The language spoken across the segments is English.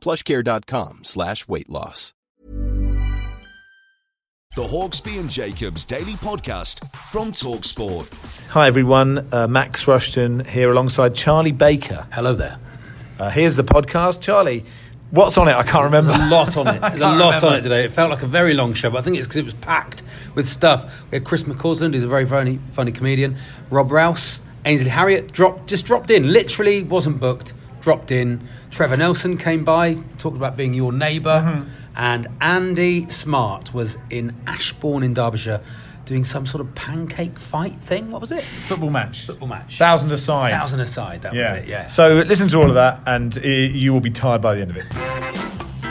Plushcare.com slash weight loss. The Hawksby and Jacobs Daily Podcast from Talksport. Hi everyone, uh, Max Rushton here alongside Charlie Baker. Hello there. Uh, here's the podcast. Charlie, what's on it? I can't remember. A lot on it. There's a can't lot on remember. it today. It felt like a very long show, but I think it's because it was packed with stuff. We had Chris McCausland, who's a very funny, funny comedian. Rob Rouse, Ainsley Harriott dropped, just dropped in. Literally wasn't booked. Dropped in. Trevor Nelson came by, talked about being your neighbor Mm-hmm. and Andy Smart was in Ashbourne in Derbyshire, doing some sort of pancake fight thing. What was it? Football match. Football match. Thousand aside. Thousand aside. That Yeah. was it. Yeah. So listen to all of that, and uh, you will be tired by the end of it.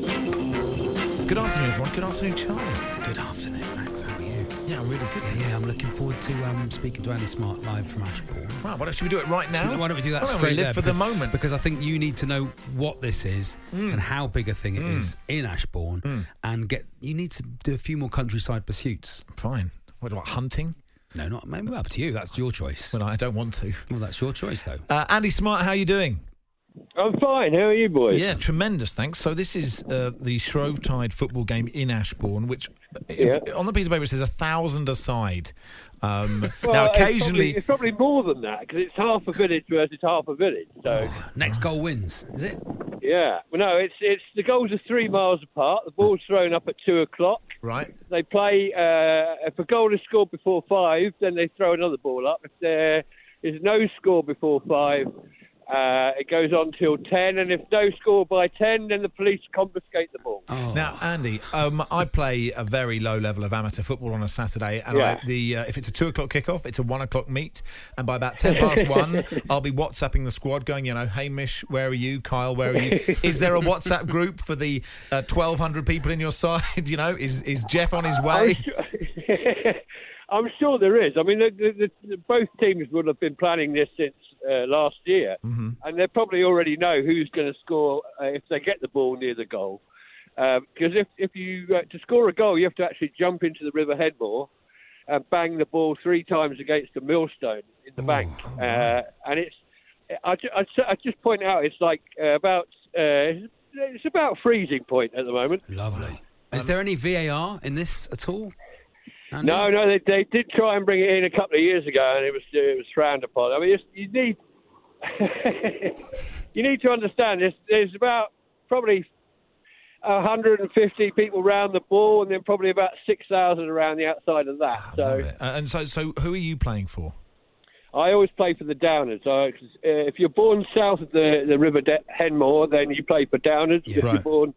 Good afternoon, everyone. Good afternoon, Charlie. good afternoon, Max. How are you? Yeah, I'm really good. Yeah, I'm looking forward to um, speaking to Andy Smart live from Ashbourne. Right, why don't we do it right now? Why don't we do that Why don't we straight live there? for because, the moment? Because I think you need to know what this is Mm. and how big a thing it is in Ashbourne, and get you need to do a few more countryside pursuits. Fine. What about hunting? No, not maybe up to you. That's your choice. Well, I don't want to. Well, that's your choice though. Uh, Andy Smart, how are you doing? I'm fine. How are you, boys? Yeah, tremendous. Thanks. So this is uh, the Shrovetide football game in Ashbourne, which if- Yeah. on the piece of paper it says a thousand aside. Um, Well, now, it's probably- occasionally, it's probably, more than that because it's half a village versus half a village. So Next goal wins. Is it? yeah, well, no, it's it's the goals are three miles apart. The ball's thrown up at two o'clock. right? They play uh, if a goal is scored before five, then they throw another ball up. If there is no score before five, uh, it goes on till ten, and if no score by ten, then the police confiscate the ball. Oh. Now, Andy, um, I play a very low level of amateur football on a Saturday, and Yeah. I, the uh, if it's a two o'clock kickoff, it's a one o'clock meet, and by about ten past one, I'll be WhatsApping the squad, going, you know, Hamish, where are you? Kyle, where are you? Is there a WhatsApp group for the uh, twelve hundred people in your side? You know, is is Jeff on his way? I'm sure there is. I mean, the, the, the, both teams would have been planning this since uh, last year, Mm-hmm. and they probably already know who's going to score uh, if they get the ball near the goal. Because if if you uh, to score a goal, you have to actually jump into the River Headmore and bang the ball three times against the millstone in the bank, Oh, uh, and it's. I, ju- I, ju- I just point out it's like uh, about uh, it's about freezing point at the moment. Lovely. Is there any VAR in this at all? Andy? No, no, they, they did try and bring it in a couple of years ago, and it was it was frowned upon. I mean, it's, you need you need to understand this. There's about probably 150 people round the ball, and then probably about 6,000 around the outside of that. Love So it. Uh, and so, so who are you playing for? I always play for the Downers. I, 'cause, uh, if you're born south of the the River De- Henmore, then you play for Downers. If Right. you're born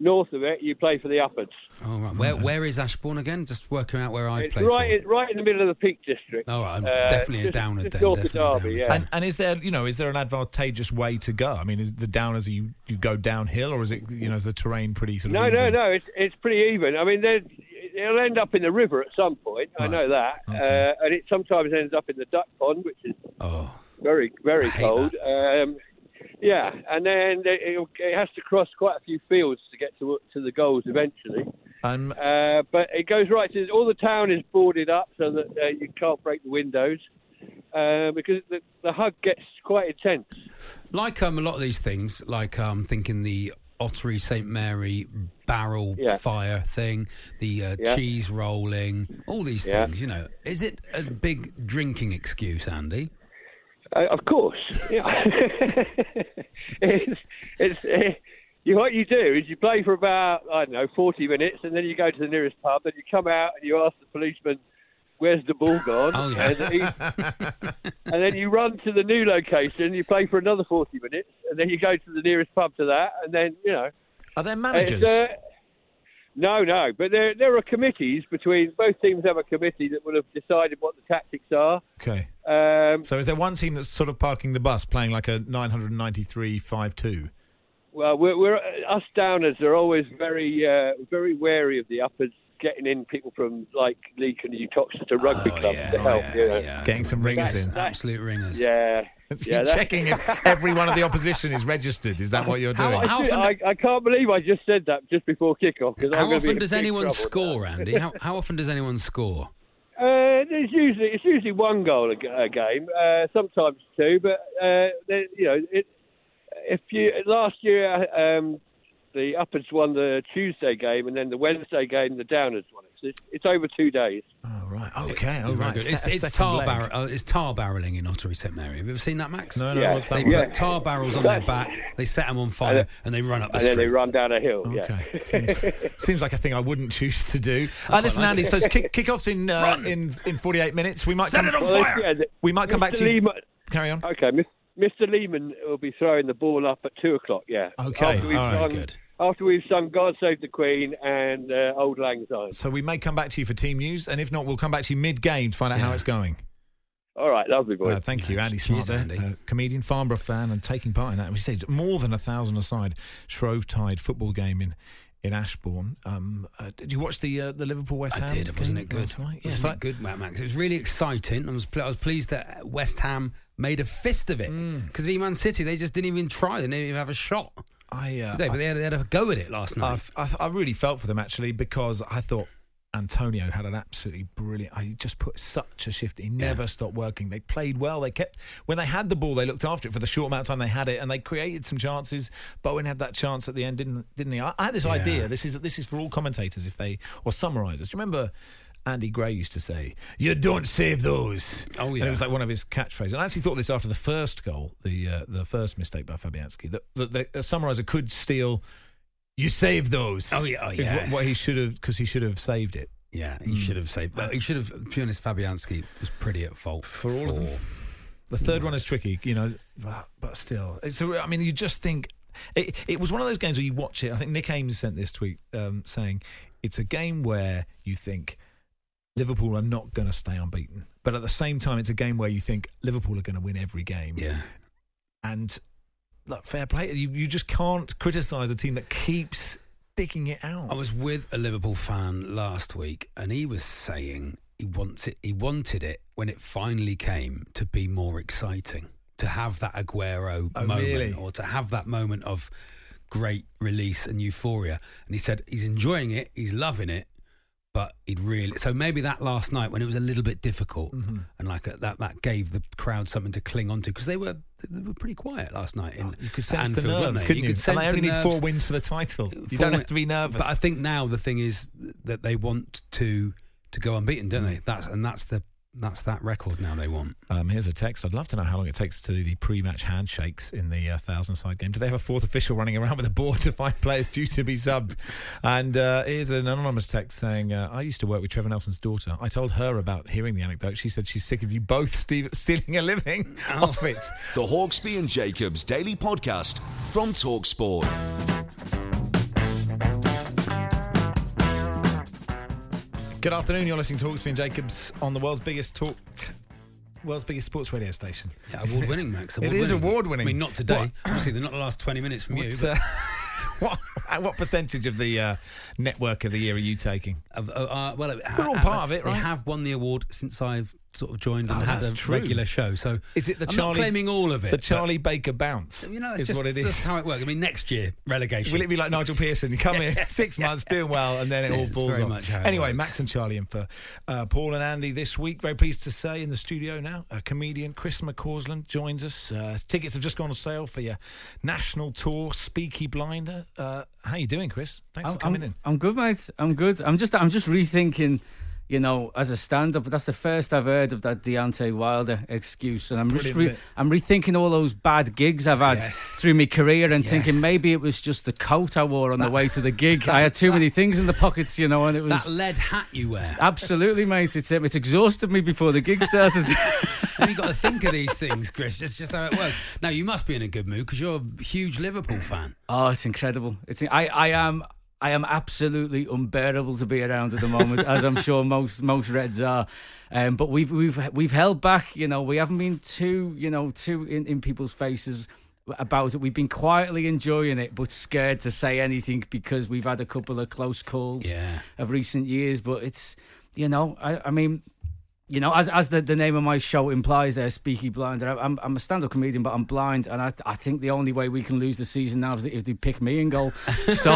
north of it, you play for the Uppers. All Mm. right. Where Where is Ashbourne again? Just working out where I It's play. right, for. it's right in the middle of the Peak District. All right, I'm Uh, definitely a just- downer. just then, north of definitely a Derby, downer. yeah. And, and is there, you know, is there an advantageous way to go? I mean, is the downers you you go downhill, or is it, you know, is the terrain pretty sort of? No, no, even? no. It's it's pretty even. I mean, there's- it'll end up in the river at some point. I Right. know that, Okay. uh, and it sometimes ends up in the duck pond, which is Oh, very very I hate cold. Um, yeah, and then it, it'll- it has to cross quite a few fields to get to to the goals eventually. Um, Uh, but it goes right to all the town is boarded up so that uh, you can't break the windows uh, because the, the hug gets quite intense. like um, a lot of these things, like um, thinking the Ottery St Mary barrel Yeah. fire thing, the uh, Yeah. cheese rolling, all these Yeah. things. You know, is it a big drinking excuse, Andy? Uh, of course, yeah. it's, it's, uh, you, what you do is you play for about I don't know forty minutes, and then you go to the nearest pub, and you come out and you ask the policeman, "Where's the ball gone?" Oh, yeah. and, he- and then you run to the new location, you play for another forty minutes, and then you go to the nearest pub to that, and then you know. Are there It's, managers? uh, no, no, but there there are committees between both teams have a committee that would have decided what the tactics are. okay. Um, So is there one team that's sort of parking the bus, playing like a 993 5-2? well, we're, we're uh, us downers are always very uh, very wary of the uppers getting in people from like Leek and Utoxeter to rugby Oh, clubs to help. you know. yeah, Getting some ringers in. Absolute ringers. yeah, You're that- checking if every one of the opposition is registered. Is that what you're How- doing? how- often- I, I can't believe I just said that just before kickoff. 'cause I'm How gonna be often in does big anyone trouble now. score, Andy? How, how often does anyone score? Uh, there's usually it's usually one goal a, g- a game, uh, sometimes two, but uh, there- you know it. If you last year um, the uppers won the Tuesday game and then the Wednesday game the downers won it. So it's, it's over two days. oh, right. Okay. Oh, right. Good. It's, Set a it's second tar leg. barrel. Oh, it's tar barreling in Ottery St Mary. Have you ever seen that, Max? No, no, Yeah. what's They that put one? tar barrels on their back. They set them on fire and they run up the And then they street. run down a hill. Yeah. Okay. Seems, seems like a thing I wouldn't choose to do. Uh, listen, Andy, so it's kick, kickoff's in, uh, in in 48 minutes. We might Set come, it on Well, fire. yeah, the- We might come back Mr. to you. Lehman- Carry on. Okay, Mis- Mr. Lehman will be throwing the ball up at two o'clock. Yeah. Okay, After we've all right, sung, good. After we've sung "God Save the Queen" and uh, "Old Lang Syne." So we may come back to you for team news, and if not, we'll come back to you mid-game to find out how it's going. All right, lovely boys. Uh, thank you, Andy Smart, Cheers, there, Andy. uh, comedian, Farnborough fan, and taking part in that. We said more than a thousand aside Shrove Tide football game in in Ashbourne. Um, uh, did you watch the uh, the Liverpool West Ham? I did. game Wasn't it good? last night? Wasn't Yes, I- it good, Matt Max? It was really exciting. I was, pl- I was pleased that West Ham made a fist of it Mm. because of Man City, they just didn't even try. They didn't even have a shot. I, uh, They- but they had, they had a go at it last night. I've, I, I really felt for them actually because I thought Antonio had an absolutely brilliant. He just put such a shift. He never stopped working. They played well. They kept when they had the ball, they looked after it for the short amount of time they had it, and they created some chances. Bowen had that chance at the end, didn't didn't he? I, I had this idea. This is this is for all commentators if they or summarisers. Do you remember? Andy Gray used to say, "You don't save those." Oh, And yeah. it was like one of his catchphrases. And I actually thought this after the first goal, the uh, the first mistake by Fabianski, that, that the, the summariser could steal you save those. Oh, yeah, oh, Is what- yes. What he should have, because he should have saved it. yeah, he should have saved. Well, he should have. To be honest, Fabianski was pretty at fault for all of them. The third one is tricky, you know, but, but still, it's. A, I mean, you just think it, it was one of those games where you watch it. I think Nick Ames sent this tweet um, saying it's a game where you think Liverpool are not going to stay unbeaten, but at the same time, it's a game where you think Liverpool are going to win every game. Yeah. and look, fair play. You you just can't criticise a team that keeps sticking it out. I was with a Liverpool fan last week, and he was saying he wants it. He wanted it when it finally came to be more exciting, to have that Aguero Oh, moment, really? or to have that moment of great release and euphoria. And he said he's enjoying it, he's loving it, but he'd really. So maybe that last night when it was a little bit difficult, Mm-hmm. and like uh, that, that gave the crowd something to cling on to because they were they were pretty quiet last night. In Oh, You could sense Anfield, the weren't nerves, they? couldn't you? Could and sense I the only need nerves. four wins for the title. You Four don't have win- to be nervous. But I think now the thing is that they want to to go unbeaten, don't Mm. they? That's and that's the that's that record now they want. um, here's a text. I'd love to know how long it takes to do the pre-match handshakes in the uh, thousand-side game. Do they have a fourth official running around with a board to find players due to be subbed? And uh, here's an anonymous text saying, uh, "I used to work with Trevor Nelson's daughter. I told her about hearing the anecdote. She said she's sick of you both ste- stealing a living off it." The Hawksby and Jacobs Daily Podcast from Talksport. Good afternoon. You're listening to Hawksby and Jacobs on the world's biggest talk, world's biggest sports radio station. Yeah, award winning, Max. It is award-winning. I mean, not today. What- Obviously, they're not the last twenty minutes from you. What's, uh, But what, what percentage of the uh, network of the year are you taking? of- uh, uh, well, We're all part of it, They right? have won the award since I've sort of joined and Oh, had that's a true. regular show. So Is it the I'm Charlie? not claiming all of it. The but, Charlie Baker bounce. You know, it's is just, what it it's is. just how it works. I mean, next year relegation. Will it be like Nigel Pearson? You come in six months, doing well, and then it all It's falls very off. much how it anyway, works. Max and Charlie and for uh, Paul and Andy this week. Very pleased to say in the studio now, uh, comedian Chris McCausland joins us. Uh, tickets have just gone on sale for your national tour, Speaky Blinder. Uh, how you doing, Chris? Thanks for coming I'm, in. I'm good, mate. I'm good. I'm just I'm just rethinking, you know, as a stand up. But that's the first I've heard of that Deontay Wilder excuse. And I'm, just re- brilliant, isn't I'm rethinking all those bad gigs I've had through my career and thinking maybe it was just the coat I wore on the way to the gig. I had too many things in the pockets, you know, and it That was. lead hat you wear. Absolutely, mate. It's, um, it's exhausted me before the gig started. Have you got to think of these things, Chris? That's just how it works. Now you must be in a good mood because you're a huge Liverpool fan. Oh, it's incredible. It's I, I am I am absolutely unbearable to be around at the moment, as I'm sure most most Reds are. Um, but we've we've we've held back. You know, we haven't been too you know too in, in people's faces about it. We've been quietly enjoying it, but scared to say anything because we've had a couple of close calls Yeah. of recent years. But it's you know I, I mean you know, as as the, the name of my show implies, there, Speaky Blinder. I- I'm I'm a stand up comedian, but I'm blind, and I I think the only way we can lose the season now is if they pick me in goal. So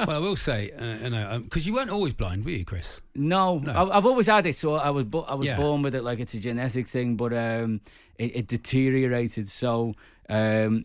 Well, I will say, uh, you know, because you weren't always blind, were you, Chris? no, I, I've always had it. So I was bo- I was Yeah. born with it, like it's a genetic thing, but um, it, it deteriorated. So um,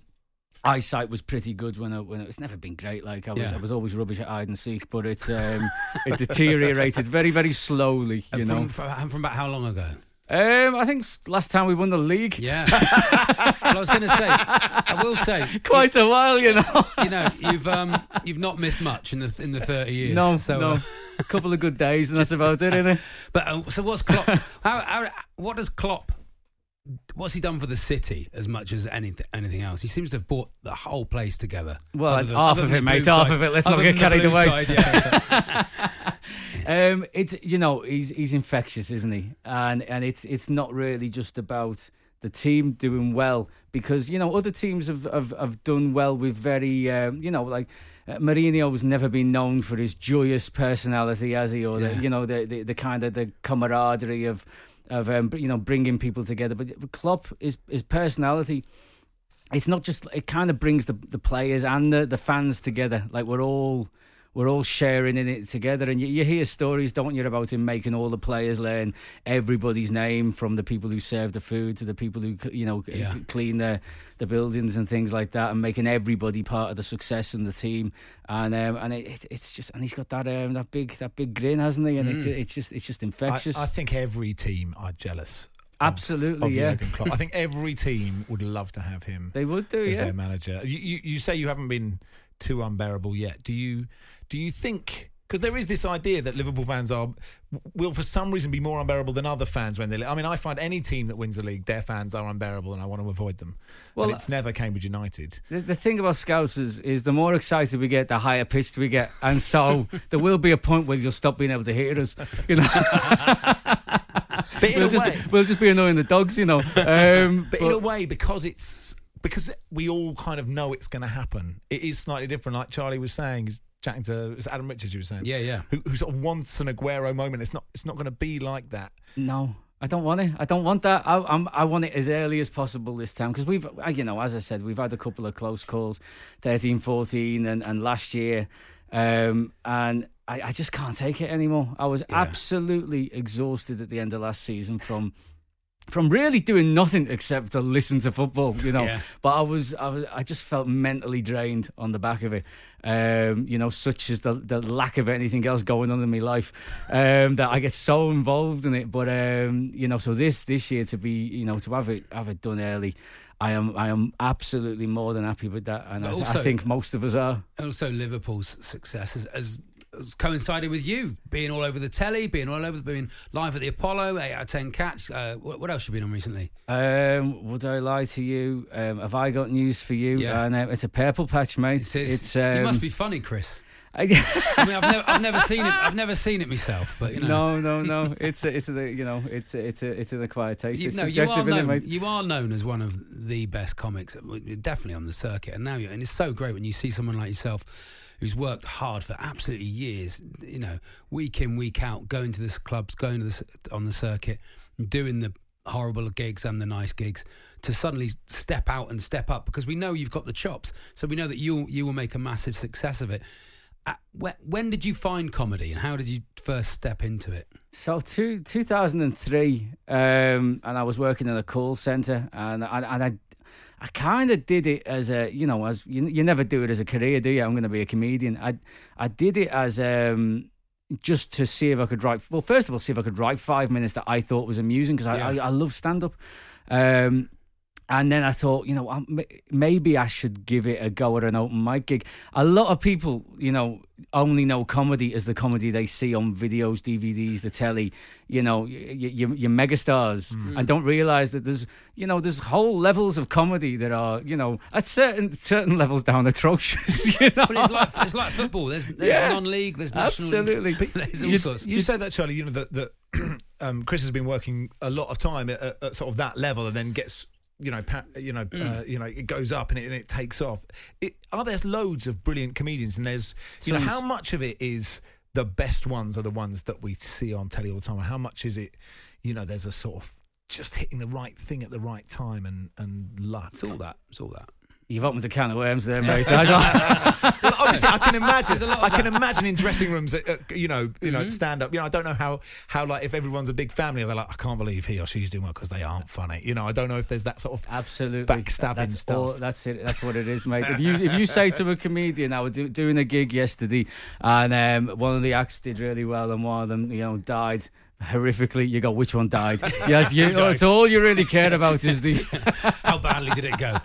eyesight was pretty good when I when I, it's never been great. Like I was Yeah. I was always rubbish at hide and seek, but it's um, it deteriorated very very slowly. You and from, know, from, and from about how long ago? um, I think s- last time we won the league. Yeah. well, I was going to say, I will say, Quite a while, you know. you know, you've um, you've not missed much in the in the thirty years. No, so, no. uh, a couple of good days, and that's about it, isn't it? but uh, so what's Klopp? how, how, what does Klopp? What's he done for the city as much as anything anything else? He seems to have brought the whole place together. Well, Other than- half other of than it, the mate, blue half side- of it. Let's not other than get the carried blue away. side, yeah. Um, it's you know he's he's infectious, isn't he? And and it's it's not really just about the team doing well because you know other teams have have, have done well with very um, you know like. Uh, Mourinho's never been known for his joyous personality, has he? Or the, you know the, the the kind of the camaraderie of of um, you know bringing people together. But Klopp, his his personality, it's not just it kind of brings the, the players and the, the fans together like we're all we're all sharing in it together and you, you hear stories don't you about him making all the players learn everybody's name from the people who serve the food to the people who you know Yeah. clean the the buildings and things like that and making everybody part of the success in the team and um, and it, it, it's just and he's got that um, that big that big grin hasn't he and it, it's just it's just Mm. I, infectious I think every team are jealous. of- Absolutely, of yeah. Jurgen Klopp. I think every team would love to have him they would do as yeah their manager. You, you, you say you haven't been too unbearable yet. Do you do you think? Because there is this idea that Liverpool fans are will for some reason be more unbearable than other fans when they. I mean, I find any team that wins the league, their fans are unbearable, and I want to avoid them. Well, and it's never Cambridge United. The, the thing about scouts is, is the more excited we get, the higher pitched we get, and so there will be a point where you'll stop being able to hear us. You know, But in we'll a just way, we'll just be annoying the dogs. You know, um, but in a way, because it's because we all kind of know it's going to happen. It is slightly different, like Charlie was saying. Is chatting to is it Adam Richards, you were saying, Yeah, yeah. who, who sort of wants an Aguero moment. It's not it's not going to be like that. No, I don't want it. I don't want that. I, I'm, I want it as early as possible this time because we've, uh, you know, as I said, we've had a couple of close calls, 13, 14, and, and last year. Um, and I, I just can't take it anymore. I was absolutely exhausted at the end of last season from. From really doing nothing except to listen to football, you know. Yeah. But I was, I was, I just felt mentally drained on the back of it. Um, you know, such as the, the lack of anything else going on in my life, um, that I get so involved in it. But um, you know, so this this year to be, you know, to have it have it done early, I am I am absolutely more than happy with that, and I, But th- I also- think most of us are. And also Liverpool's success has, has, has coincided with you being all over the telly, being all over, being live at the Apollo, eight out of ten catch. Uh, what, what else have you been on recently? Um, would I lie to you? Um, have I got news for you? Yeah. And uh, it's a purple patch, mate. It is. It's, you um, must be funny, Chris. I- I mean, I've never, I've never seen it. I've never seen it myself, but you know. no, no, no. It's a, it's a, you know, it's a, it's a, it's an acquired taste. You, it's no, you subjective, are isn't it, known. mate? you are known as one of the best comics, uh, definitely on the circuit. And now you're, and it's so great when you see someone like yourself, who's worked hard for absolutely years. You know, week in, week out, going to the clubs, going to the, c- on the circuit, doing the horrible gigs and the nice gigs. To suddenly step out and step up because we know you've got the chops, so we know that you you will make a massive success of it. Uh, when, when did you find comedy, and how did you first step into it? So two, 2003, um, and I was working in a call center, and I, and I, I kind of did it as a, you know, as you, you never do it as a career, do you? I'm going to be a comedian. I, I did it as um, just to see if I could write. Well, first of all, see if I could write five minutes that I thought was amusing because I, I I love stand up. Um, and then I thought, you know, I- m- maybe I should give it a go at an open mic gig. A lot of people, you know, only know comedy as the comedy they see on videos, DVDs, the telly, you know, y- y- your, your megastars, and don't realize that there's, you know, there's whole levels of comedy that are, you know, at certain certain levels down atrocious. You know? Well, it's like it's like football. There's there's Yeah. non-league. There's national. Absolutely. League. There's all you, sorts. you say that, Charlie. You know that, that um, Chris has been working a lot of time at, at, at sort of that level, and then gets you know pa- you know Mm. uh, you know it goes up and it, and it takes off. It, are there loads of brilliant comedians? And there's you know how much of it is the best ones are the ones that we see on telly all the time, and how much is it you know there's a sort of just hitting the right thing at the right time and and luck. It's all that. It's all that. You've opened a can of worms there, mate. I don't, Well, obviously, I can There's a imagine. lot of I can imagine in dressing rooms, at, at, you know, you Mm-hmm. know, stand up. You know, I don't know how how like if everyone's a big family, they're like, I can't believe he or she's doing well because they aren't funny. You know, I don't know if there's that sort of Absolutely, backstabbing that's stuff. all- that's it. That's what it is, mate. If you if you say to a comedian, I was do, doing a gig yesterday, and um, one of the acts did really well, and one of them, you know, died horrifically. You go, which one died? yes, you. oh, It's all you really care about is the. How badly did it go?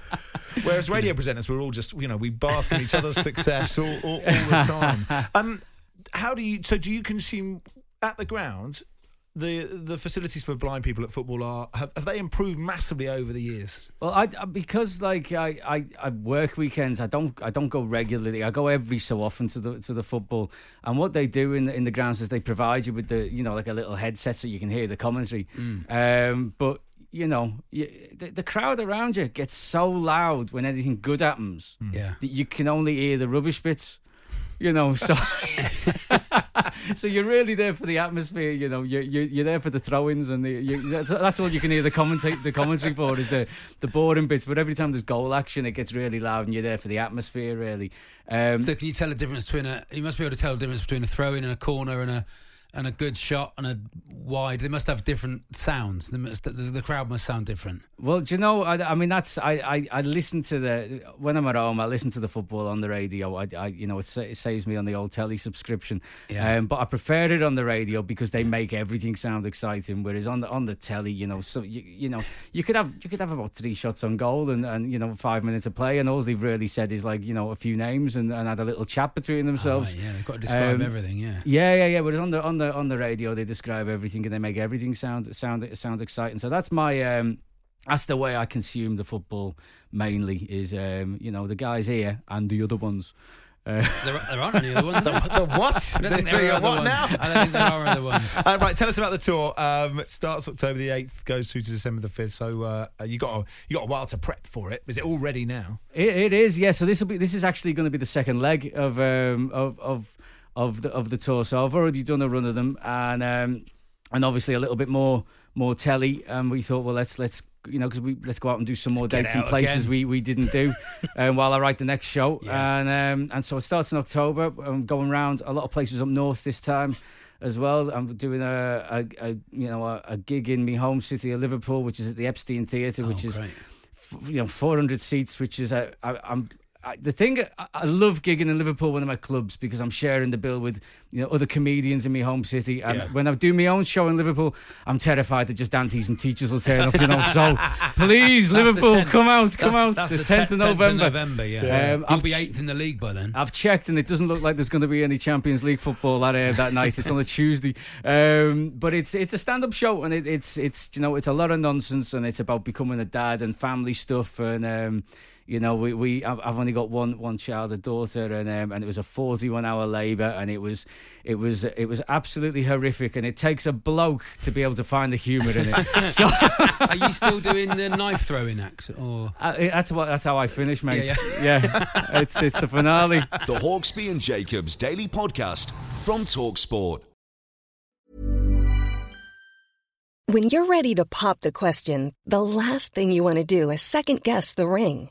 Whereas radio presenters, we're all just you know we bask in each other's success all, all, all the time. Um, how do you? So do you consume at the ground? The the facilities for blind people at football are have, have they improved massively over the years? Well, I I- because like I, I, I work weekends. I don't I don't go regularly. I go every so often to the to the football. And what they do in the, in the grounds is they provide you with the you know like a little headset so you can hear the commentary. Hmm. Um, but you know you, the, the crowd around you gets so loud when anything good happens Yeah. that you can only hear the rubbish bits. You know, so so you're really there for the atmosphere. You know, you're you're, you're there for the throw-ins and the you, that's, that's all you can hear the commentate the commentary for is the the boring bits. But every time there's goal action, it gets really loud, and you're there for the atmosphere. Really, um, So can you tell the difference between a? You must be able to tell the difference between a throw in and a corner and a and a good shot and a wide. They must have different sounds. They must, the, the crowd must sound different. Well, do you know? I, I mean, that's I, I. I listen to the when I'm at home. I listen to the football on the radio. I, I you know, it, sa- it saves me on the old telly subscription. Yeah. Um, but I prefer it on the radio because they make everything sound exciting. Whereas on the on the telly, you know, so you, you know, you could have you could have about three shots on goal and, and you know five minutes of play, and all they've really said is like you know a few names and, and had a little chat between Oh, themselves. yeah, they've got to describe Um, everything. Yeah. Yeah, yeah, yeah. But on the on the on the radio, they describe everything and they make everything sound sound sound exciting. So that's my um, that's the way I consume the football mainly. Is um, you know the guys here and the other ones. Uh, There, there aren't any other ones. I The what? don't think The- there the are other what ones. now? I don't think there are other ones. Uh, right, tell us about the tour. Um, it starts October the eighth, goes through to December the fifth. So uh, you got a, you got a while to prep for it. Is it all ready now? It, it is, yeah. So this will be this is actually going to be the second leg of um of of of the of the tour. So I've already done a run of them, and um and obviously a little bit more more telly. And we thought, well, let's let's you know because we let's go out and do some more get dates and out places again. we we didn't do. um, while I write the next show, Yeah. and um and so it starts in October. I'm going round a lot of places up north this time. As well, I'm doing a, a, a you know a, a gig in my home city of Liverpool, which is at the Epstein Theatre, which is Oh, great. f- you know 400 seats which is uh, I, I'm I, the thing I, I love gigging in Liverpool when I'm at clubs because I'm sharing the bill with you know other comedians in my home city and Yeah. when I do my own show in Liverpool I'm terrified that just aunties and teachers will turn up you know so That's please the Liverpool 10th. come out come That's- out that's the, the 10th, of November November, yeah. Yeah. Um, You'll I've be ch- eighth in the league by then. I've checked, and it doesn't look like there's going to be any Champions League football at air that night. It's on a Tuesday, um, but it's it's a stand-up show, and it, it's it's you know it's a lot of nonsense, and it's about becoming a dad and family stuff, and um, you know we we I've, I've only got one one child, a daughter, and um, and it was a 41 hour labour, and it was it was it was absolutely horrific, and it takes a bloke to be able to find the humour in it. so uh, Are you still doing the knife throwing act or? I, that's Uh, what that's how I finish, mate. Yeah, yeah. it's it's the finale. The Hawksby and Jacobs Daily Podcast from Talksport. When you're ready to pop the question, the last thing you want to do is second guess the ring.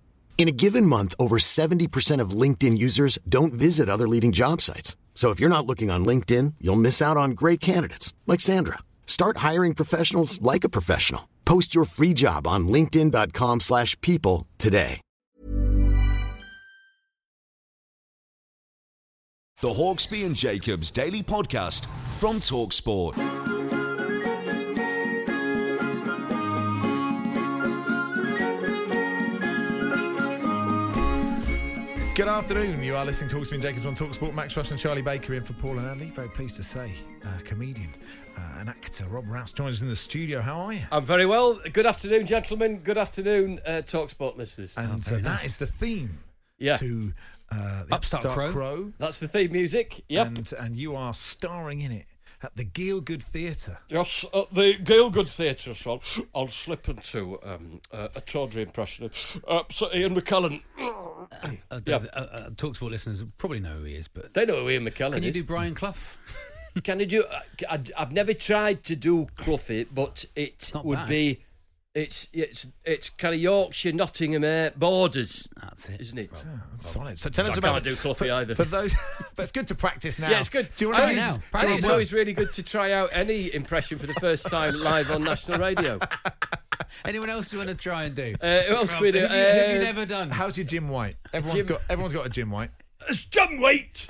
In a given month, over 70% of LinkedIn users don't visit other leading job sites. So if you're not looking on LinkedIn, you'll miss out on great candidates like Sandra. Start hiring professionals like a professional. Post your free job on linkedin.com/people slash people today. The Hawksby and Jacobs Daily Podcast from Talksport. Good afternoon. You are listening to Talksman Jacobs on Talksport. Max Rush and Charlie Baker in for Paul and Andy. Very pleased to say, uh, comedian uh, and actor Rob Rouse joins us in the studio. How are you? I'm Uh, very well. Good afternoon, gentlemen. Good afternoon, uh, Talksport listeners. And uh, that is the theme Yeah. to uh, the Upstart Upstart, Crow. Crow. That's the theme music. Yep. And, and you are starring in it at the Gielgud Theatre. Yes, at the Gielgud Theatre, so I'll, I'll slip into um, uh, a tawdry impression. Uh, so Ian McKellen, Uh, Yeah. uh, uh, Talksport listeners probably know who he is, but they know who Ian McKellen can you is. do Brian Clough? Can you do? uh, I, have never tried to do Cluffy, but it not would bad. be, it's it's it's kind of Yorkshire, Nottingham uh, borders, That's it. isn't it? Solid. So tell us I about can't it. do coffee for, either. For those, but it's good to practice now. Yeah, it's good. Do you want to Try it use? now. do you Practice. wanna It's work- always really good to try out any impression for the first time live on national radio. Anyone else you want to try and do? Uh, who else Rob, can we do? Have you, have you Uh, never done? How's your Jim White? Everyone's Jim- got. Everyone's got a Jim White. It's John Wait.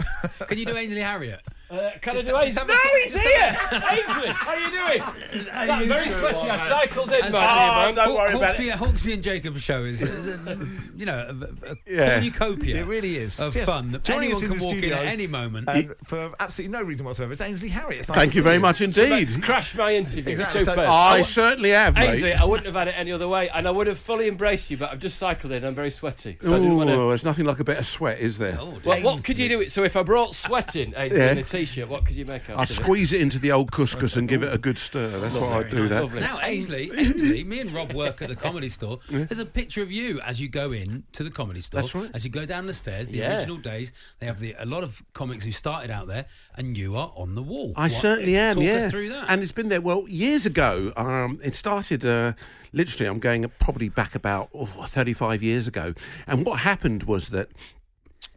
Can you do Ainsley Harriet? Uh, can I do Ainsley? No, he's here. Ainsley, how are you doing? I'm very sweaty. I cycled in, my dear man. Haw- Hawksby, Hawksby and Jacobs show is, is a, you know, a, a Yeah. cornucopia. It really is. Of Yes. fun that Joining us anyone can the walk in studio, at any moment. and for absolutely no reason whatsoever. It's Ainsley Harriet. It's nice Thank to you see very much indeed. Crashed my interview. Exactly. Superb. So- I certainly have, mate. Ainsley, Oh, I wouldn't have had it any other way, and I would have fully embraced you, but I've just cycled in. I'm very sweaty, so I didn't Ooh, want to. there's nothing like a bit of sweat, is there? What, what could you do? So if I brought sweat in, Ainsley, Yeah. in a t-shirt, what could you make out I of it? squeeze it into the old couscous and give it a good stir. That's why I do that. Now, Ainsley, Ainsley, me and Rob work at the comedy store. There's a picture of you as you go in to the comedy store. That's right. As you go down the stairs, the Yeah. original days, they have the, a lot of comics who started out there, and you are on the wall. I What- certainly am, Talk yeah. us through that. And it's been there, well, years ago. Um, it started, uh, literally, I'm going probably back about oh, 35 years ago. And what happened was that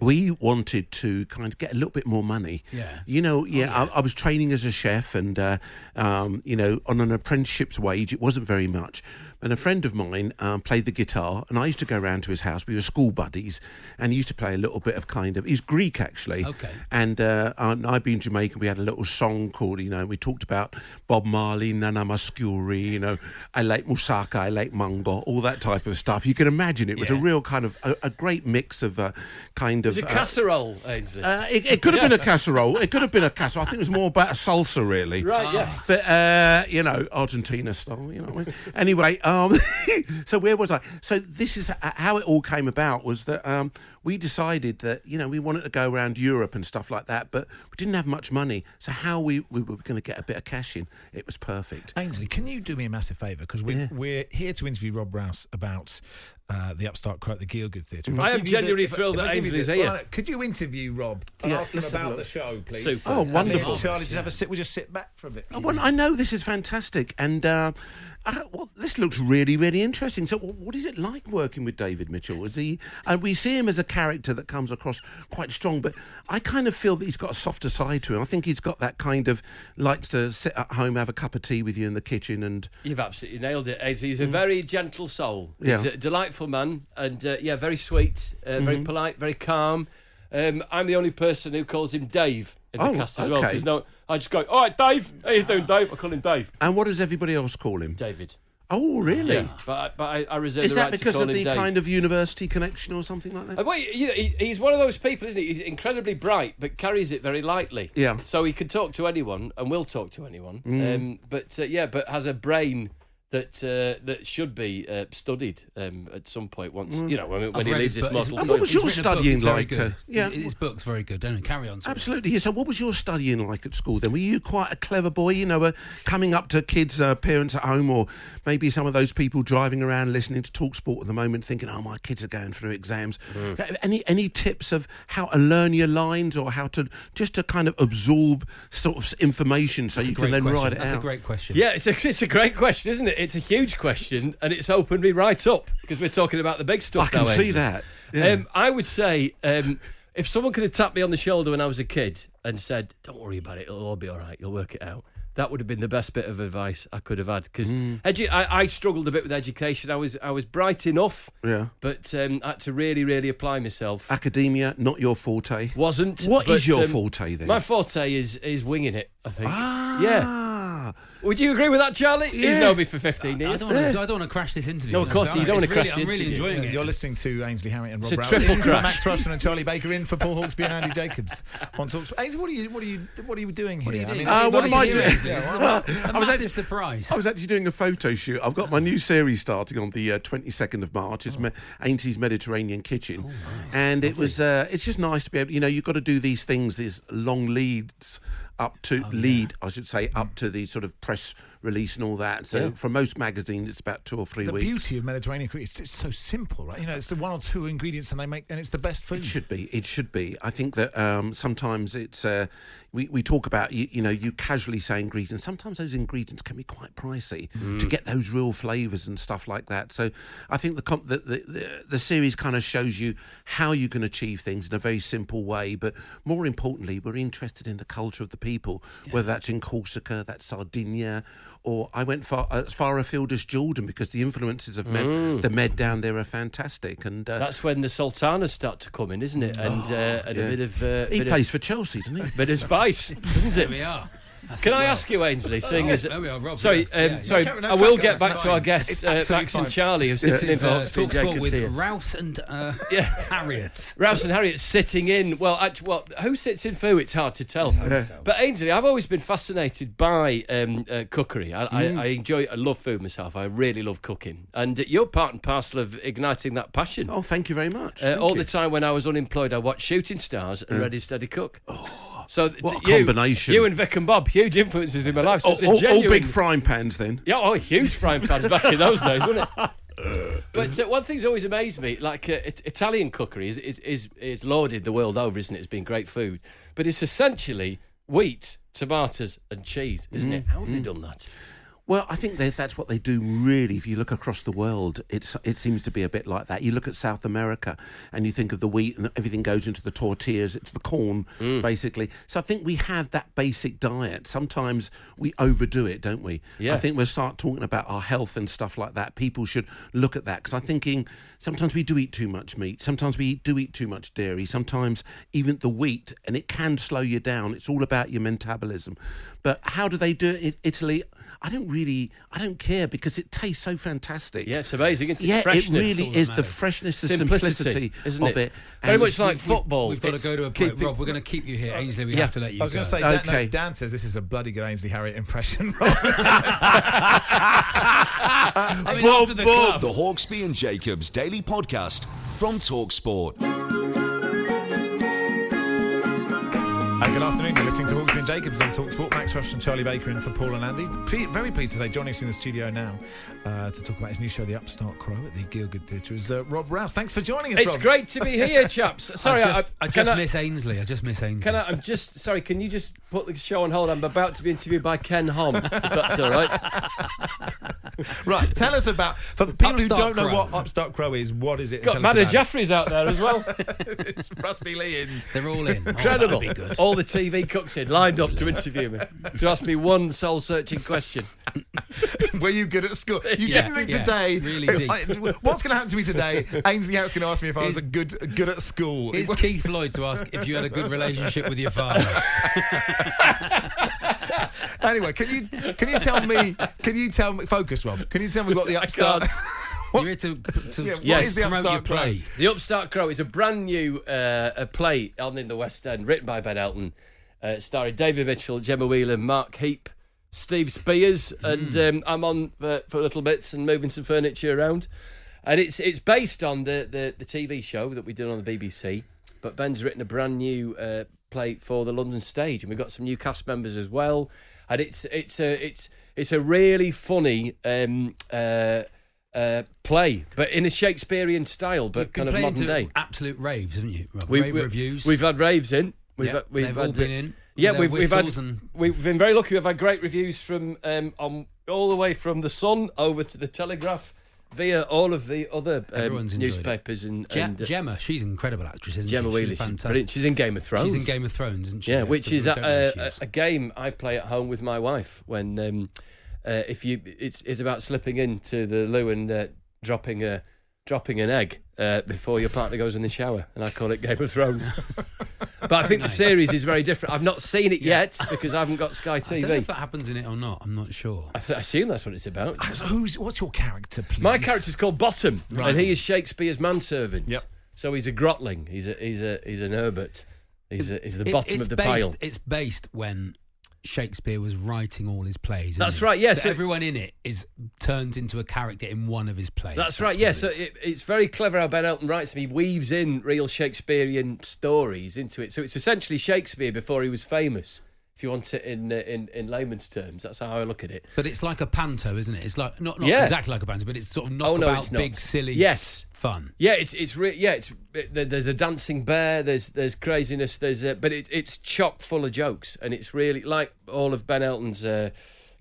we wanted to kind of get a little bit more money. Yeah. You know, yeah, I, I was training as a chef and, uh, um, you know, on an apprenticeship's wage, it wasn't very much. And a friend of mine um, played the guitar, and I used to go round to his house. We were school buddies, and he used to play a little bit of kind of. He's Greek, actually. Okay. And uh, and I'd been in Jamaica. We had a little song called, you know, we talked about Bob Marley, Nana Muscuri, you know, I like Musaka, I like Mango, all that type of stuff. You can imagine it was a Yeah. real kind of a, a great mix of uh, kind of. It's a uh, casserole, Ainsley. uh, it, it could have been a casserole. It could have been a casserole. I think it was more about a salsa, really. right, yeah. But uh, you know, Argentina style. You know. what I mean? anyway, um, so where was I? So this is h- how it all came about. Was that um, we decided that you know we wanted to go around Europe and stuff like that, but we didn't have much money. So how we we were going to get a bit of cash in? It was perfect. Ainsley, can you do me a massive favour? Because we're, we're here to interview Rob Rouse about uh, the Upstart Crow at the Gielgud Theatre. If Mm. I give am you the- genuinely if I- thrilled if I that give you Ainsley's the- here. Well, could you interview Rob and Yeah, ask him let's have a about look. the show, please? Super. Oh, And me and wonderful. Charlie, just have a sit. We'll just sit back for a bit. Oh, well, I know this is fantastic, and uh, uh, well, this looks really, really interesting. So, wh- what is it like working with David Mitchell? Is he? And we see him as a character that comes across quite strong, but I kind of feel that he's got a softer side to him. I think he's got that kind of likes to sit at home, have a cup of tea with you in the kitchen, and You've absolutely nailed it. He's, he's a very gentle soul. He's Mm. Yeah. a delightful man, and uh, yeah, very sweet, uh, very Mhm. polite, very calm. Um, I'm the only person who calls him Dave in the Oh, cast as well okay. because no, I just go, "All right, Dave, how you doing, Dave?" I call him Dave. and what does everybody else call him? David. Oh, really? Yeah, but I, but I, I reserve Is the that right to because call of him the Dave. kind of university connection or something like that? Uh, well, you know, he, he's one of those people, isn't he? He's incredibly bright, but carries it very lightly. Yeah. So he could talk to anyone, and will talk to anyone. Mm. Um, but uh, yeah, but has a brain that uh, that should be uh, studied um, at some point. Once Mm. you know, when, when I've he read leaves his this book. He's- model. And what was he's your written a book, studying it's very like, good. uh, yeah. His book's very good. Don't carry on. sorry. Absolutely. Yeah. So, what was your studying like at school then? Were you quite a clever boy? You know, uh, coming up to kids, uh, parents at home, or maybe some of those people driving around listening to Talk Sport at the moment, thinking, "Oh, my kids are going through exams." Mm. Uh, Any any tips of how to learn your lines or how to just to kind of absorb sort of s- information so That's a you great can then question. write it That's out? a great question. Yeah, it's a, it's a great question, isn't it? It's a huge question, and it's opened me right up because we're talking about the big stuff I can now. see Ainsley. that, yeah. Um, I would say um, if someone could have tapped me on the shoulder when I was a kid and said, "Don't worry about it; it'll all be all right. You'll work it out." That would have been the best bit of advice I could have had because Mm. edu- I, I struggled a bit with education. I was I was bright enough, Yeah. but um, I had to really really apply myself. Academia, not your forte. Wasn't. What is but, your um, forte then? Ah. My forte is is winging it. I think. Yeah. Would you agree with that, Charlie? He's Yeah. known me for fifteen years. I don't, want to, I don't want to crash this interview. No, of course, you don't want to crash the I'm really interview. enjoying it. You're listening to Ainsley Harriet and It's Rob a Rouse. triple This is crash. Max Rushton and Charlie Baker in for Paul Hawksby and Andy Jacobs on Talks. Ainsley, what are you? What are you? What are you doing here? I mean, Uh, it's what nice am I to hear, doing? Ainsley. This is a- Well, a I was massive actually- surprise. I was actually doing a photo shoot. I've got my new series starting on the uh, 22nd of March. Oh. It's Me- Ainsley's Mediterranean Kitchen. And it was, uh, it's just nice to be able, you know, you've got to do these things, these long leads up to, Oh, lead, I should say, up to the sort of press release and all that. So Yeah. for most magazines, it's about two or three the weeks. beauty of Mediterranean cooking it's, it's so simple, right? You know, it's the one or two ingredients and they make, and it's the best food. It should be. It should be. I think that um, sometimes it's uh, we we talk about you, you know you casually say ingredients. Sometimes those ingredients can be quite pricey to get those real flavors and stuff like that. So I think the comp- the, the, the the series kind of shows you how you can achieve things in a very simple way, but more importantly, we're interested in the culture of the people, whether that's in Corsica, that's Sardinia, or I went far as far afield as Jordan because the influences of med, Mm. the med down there are fantastic and. Uh, That's when the sultanas start to come in, isn't it? And, uh, and Oh, yeah. a bit of. Uh, He bit plays of, for Chelsea, doesn't he? Bit of spice, isn't it? There we are. That's Can the I word. ask you, Ainsley? Seeing Oh, as there we are, Rob, sorry, yes, um, yeah, yeah. sorry, Carry on, no, I will carry on, get it's back to fine. our guests, It's uh, absolutely Max and fine. Charlie, who's This sitting in is, for uh, Hawksby and Talksport Jacobs with here. Rouse and uh, Harriet. Rouse and Harriet sitting in. Well, act well, who sits in who? It's hard to tell. But Ainsley, I've always been fascinated by um, uh, cookery. I, Mm. I, I enjoy, I love food myself. I really love cooking, and uh, you're part and parcel of igniting that passion. Oh, thank you very much. Uh, Thank all you. the time when I was unemployed, I watched Shooting Stars and Yeah. Oh, Ready Steady Cook. So th- What a you, combination. You and Vic and Bob, huge influences in my life. So all, it's a all- all genuine- big frying pans then. Yeah, oh, huge frying pans back in those days, wasn't it? But uh, one thing's always amazed me, like uh, it, Italian cookery is, is is is lauded the world over, isn't it? It's been great food, but it's essentially wheat, tomatoes, and cheese, isn't Mm. it? How have they Mm. done that? Well, I think that that's what they do. Really, if you look across the world, it's it seems to be a bit like that. You look at South America, and you think of the wheat, and everything goes into the tortillas. It's the corn, Mm. basically. So I think we have that basic diet. Sometimes we overdo it, don't we? Yeah. I think we'll start talking about our health and stuff like that. People should look at that because I'm thinking sometimes we do eat too much meat. Sometimes we do eat too much dairy. Sometimes even the wheat, and it can slow you down. It's all about your metabolism. But how do they do it in Italy? I don't really, I don't care because it tastes so fantastic. Yeah, it's amazing. Isn't it? Yeah, it Freshness. really is the freshness, the simplicity, isn't of it. Very And much like we've- we've- football. We've got to It's go to a point, keep it- Rob. We're going to keep you Oh, here, Ainsley. We Yeah. have to let you I was go. going to say, Dan, no, Dan says this is a bloody good Ainsley Harriet impression. I mean, after the club. the Hawksby and Jacobs Daily Podcast from Talksport. Hey, good afternoon. You're listening to Hawksby and Jacobs on Talksport. Max Rush and Charlie Baker in for Paul and Andy. Ple- very pleased today. Johnny's in the studio now uh, to talk about his new show, The Upstart Crow, at the Gielgud Theatre. Is uh, Rob Rouse? Thanks for joining us. It's Rob. Uh, great to be here, chaps. Sorry, I just, I, I- just can I- miss Ainsley. I just miss Ainsley. Can I? I'm just sorry. Can you just put the show on hold? I'm about to be interviewed by Ken Hom. If that's all right. right, tell us about for the people who Upstart don't know Crow. what Upstart Crow is. What is it? Got Tell us Madder about it. Jeffries out there as well. it's Rusty Lee in. They're all in. Incredible. All the TV cooks in lined up to interview me, to ask me one soul searching question. Were you good at school? You Yeah, didn't think yeah, today. really I- deep. I- what's going to happen to me today? Ainsley Howard's going to ask me if I was a good good at school. Here's Keith Lloyd to ask if you had a good relationship with your father. anyway, can you can you tell me? Can you tell me? Focus, Rob. Can you tell me what the upstart? You're here to, to Yeah, what Yes. is the promote upstart your play? The Upstart Crow is a brand new uh, a play on in the West End, written by Ben Elton, uh, starring David Mitchell, Gemma Whelan, Mark Heap, Steve Spears, and um, I'm on for, for little bits and moving some furniture around. And it's it's based on the, the, the TV show that we did on the BBC, but Ben's written a brand new uh, play for the London stage, and we've got some new cast members as well. And it's it's a it's it's a really funny um, uh, uh, play, but in a Shakespearean style, but kind of Complained modern to day. Absolute raves, haven't you? Rob? We- Rave we- reviews. We've had raves in. We've Yep, had, we've they've had all been in. Yeah, With their we've, we've had whistles and- we've been very lucky. We've had great reviews from um, on all the way from the Sun over to the Telegraph via all of the other um, Everyone's enjoyed it. newspapers and, Je- and uh, Gemma, she's an incredible actress, isn't Gemma she? Wheeler. She's She's fantastic. brilliant. She's in Game of Thrones. She's in Game of Thrones, isn't she? Yeah, which But we is, uh, don't know who a, she a, is. a game I play at home with my wife. When um, uh, if you, it's, it's about slipping into the loo and uh, dropping a dropping an egg uh, before your partner goes in the shower, and I call it Game of Thrones. but I think the series is very different. I've not seen it yet because I haven't got Sky I TV. don't know if that happens in it or not. I'm not sure. I, th- I assume that's what it's about. So who's what's your character, please? My character's called Bottom, Right. and he is Shakespeare's manservant. Yep. So he's a grotling. He's a he's a he's an Herbert. He's a, he's the It- bottom it's of the based, pile. It's based when Shakespeare was writing all his plays. isn't That's it? right, yeah, So, so- everyone in it is turns into a character in one of his plays. That's right. what Yeah. it So is. it, it's very clever how Ben Elton writes. He weaves in real Shakespearean stories into it. So it's essentially Shakespeare before he was famous. If you want it in uh, in, in layman's terms, that's how I look at it. but it's like a panto, isn't it? It's like not, not Yeah. exactly like a panto, but it's sort of knock Oh, no, about it's not. big, silly, Yes. fun. Yeah, it's it's re- yeah, it's it, there- there's a dancing bear, there's there's craziness, there's a, but it, it's chock full of jokes, and it's really like all of Ben Elton's uh,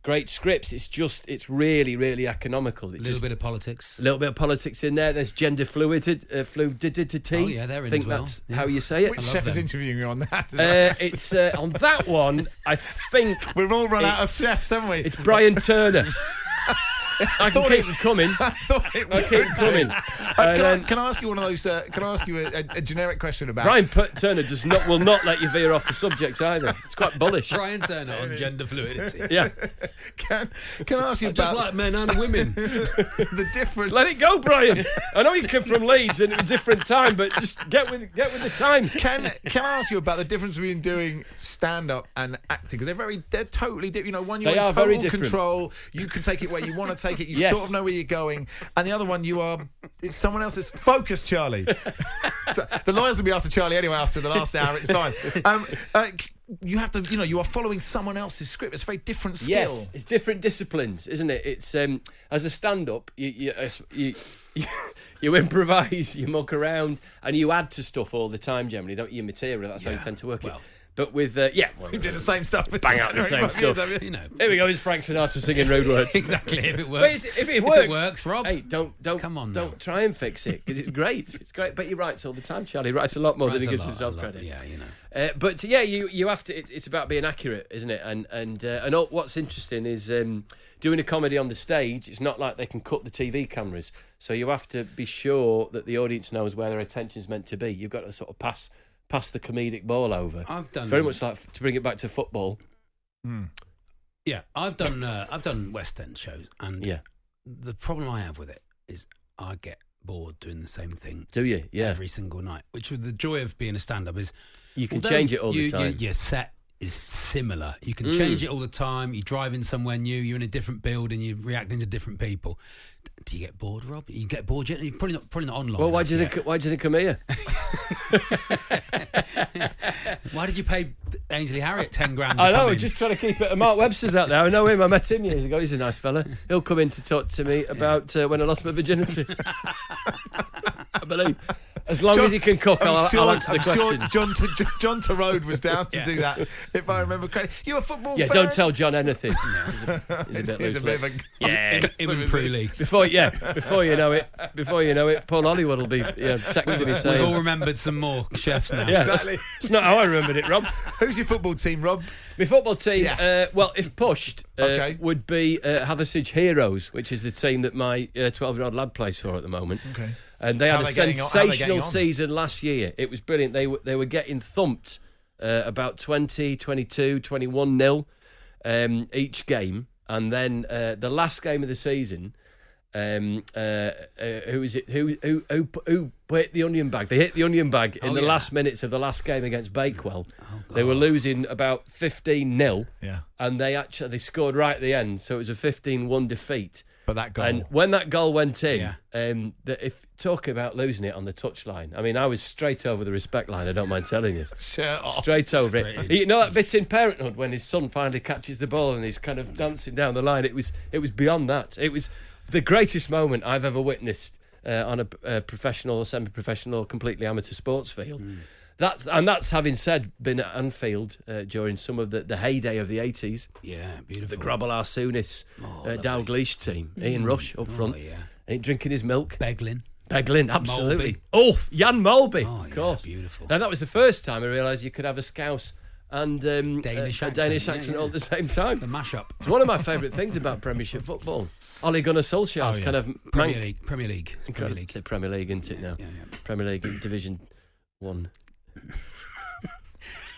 great scripts. It's just it's really really economical. It's A little just- bit of politics. a little bit of politics in there. There's gender fluidity. Uh, fluidity. Oh, yeah, they're in I think as well. that's Yeah. how you say it. Which chef is interviewing you on that? Is that- Uh, it's uh, on that one. I think We've all run out of it's- chefs, haven't we? It's Brian Turner. I can keep them coming. thought it I would keep be. coming. Uh, And can, I, then- can I ask you one of those? Uh, can I ask you a, a, a generic question about Brian Pert- Turner does not will not let you veer off the subject either. It's quite bullish. Brian Turner on gender fluidity. Yeah, Can, can I ask you Just about like men and women. the difference? let it go, Brian. I know you came from Leeds and it was a different time, but just get with get with the times. Can can I ask you about the difference between doing stand up and acting? Because they're very they're totally different. You know, one you're They in are very total different. control. You can take it where you want to take it. You Yes. sort of know where you're going. And the other one, you are it's someone else's focus, Charlie. So the lawyers will be after Charlie anyway after the last hour. It's fine. Um, uh, c- you have to, you know, you are following someone else's script. It's a very different skill. Yes, it's different disciplines, isn't it? It's um, as a stand-up, you you, uh, you you you improvise, you muck around, and you add to stuff all the time. Generally, don't you? Your material. That's how you tend to work it. But with uh, yeah, well, We do the same stuff. bang out the same stuff. You know. Here we go. It's Frank Sinatra singing rude words. Exactly. If it But works. it's- if it works, Rob. Hey, don't don't Come on now. don't try and fix it because it's great. It's great, but he writes all the time. Charlie He writes a lot more Writes than a he gives lot, himself a lot, credit. yeah, you know. Uh, but yeah, you you have to. It, it's about being accurate, isn't it? And and uh, and all, what's interesting is um, doing a comedy on the stage. It's not like they can cut the TV cameras, so you have to be sure that the audience knows where their attention's meant to be. You've got to sort of pass pass the comedic ball over. I've done- It's very much like to bring it back to football. Yeah, I've done uh, I've done West End shows, and Yeah, the problem I have with it is I get bored doing the same thing do you? Yeah, every single night. Which was the joy of being a stand-up is you can although change it all you- the time. You, your set is similar. You can Mm. change it all the time. You're driving somewhere new. You're in a different building. You're reacting to different people. Do you get bored, Rob? You get bored yet? You're probably not probably not online. Well, why enough do you yet. think? Why do you think I'm here? Why did you pay Ainsley Harriott ten grand? To I know, come in? just trying to keep it. Mark Webster's out there. I know him. I met him years ago. He's a nice fella. He'll come in to talk to me about uh, when I lost my virginity. I believe. As long John- as he can cook, I'm I'll, I'll sure- answer the I'm sure questions. John, T- John Terode was down to Yeah. do that, if I remember correctly. You're a football yeah, fan. don't tell John anything. He's a, he's a It's- bit it's a loose. bit of lipped. a- yeah, Even pre-league. Before yeah, before you know it, before you know it, Paul Hollywood will be yeah, texting me saying, We've all remembered some more chefs now. Yeah, that's- that's not how I remembered it, Rob. Who's your football team, Rob? My football team, uh, well, if pushed, uh, Okay. would be uh, Hathersage Heroes, which is the team that my uh, twelve-year-old lad plays for at the moment. Okay. And they How had are a they getting on- how are they getting sensational on? season last year. It was brilliant. They were they were getting thumped uh, about 20, 22, 21 nil um, each game, and then uh, the last game of the season. Um, uh, uh, who is it? Who who who who hit the onion bag? They hit the onion bag in Oh, the yeah. Oh, last minutes of the last game against Bakewell. they were losing about fifteen 0 Yeah. and they actually they scored right at the end, so it was a 15-1 defeat. But that goal. And when that goal went in, um, the, if talk about losing it on the touchline, I mean, I was straight over the respect line. I don't mind telling you, Shirt off. straight over it. You know that bit in Parenthood when his son finally catches the ball and he's kind of dancing down the line. It was it was beyond that. It was the greatest moment I've ever witnessed uh, on a uh, professional, or semi-professional, completely amateur sports field. Hmm. That's and that's having said been at Anfield uh, during some of the, the heyday of the eighties. Yeah, beautiful. Oh, Mm. The Grabal Arsunis uh, Dalgleish team, Ian Rush up front, ain't drinking his milk. Beglin. Beglin, absolutely. Oh, Jan Mulby, of course. Oh, beautiful. Now that was the first time I realised you could have a Scouse and um, Danish a, a accent, Danish yeah, accent yeah. all at the same time. The mashup. It's one of my favourite things about Premiership football. Ole Gunnar Solskjaer's kind of Oh, Premier mank- League. Premier League. Premier Incredible. League. It's a Premier League, isn't it now? Premier League Division One.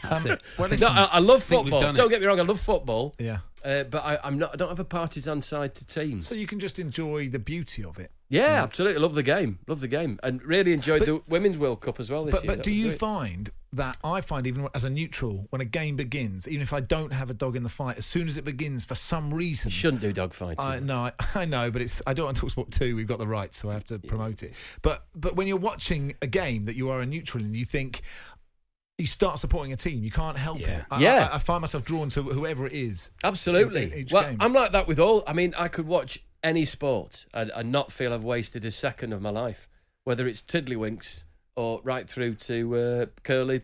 That's it. No, I think I, I love I think we've football. done Don't it. get me wrong, I love football. Yeah. uh, but I, I'm not. I don't have a partisan side to teams. So you can just enjoy the beauty of it. yeah, Mm. absolutely. Love the game. Love the game, and really enjoyed the Women's World Cup as well this But, year. but That do was you great. find that I find even as a neutral when a game begins, even if I don't have a dog in the fight, as soon as it begins, for some reason, You shouldn't do dogfighting. I no, I, I know, but it's I don't want to talk sport two. We've got the rights, so I have to promote it. But but when you're watching a game that you are a neutral and you think you start supporting a team, you can't help it. I, Yeah. I, I find myself drawn to whoever it is. Absolutely. in- in each well, game. I'm like that with all. I mean, I could watch any sport and, and not feel I've wasted a second of my life, whether it's tiddlywinks or right through to uh, curling,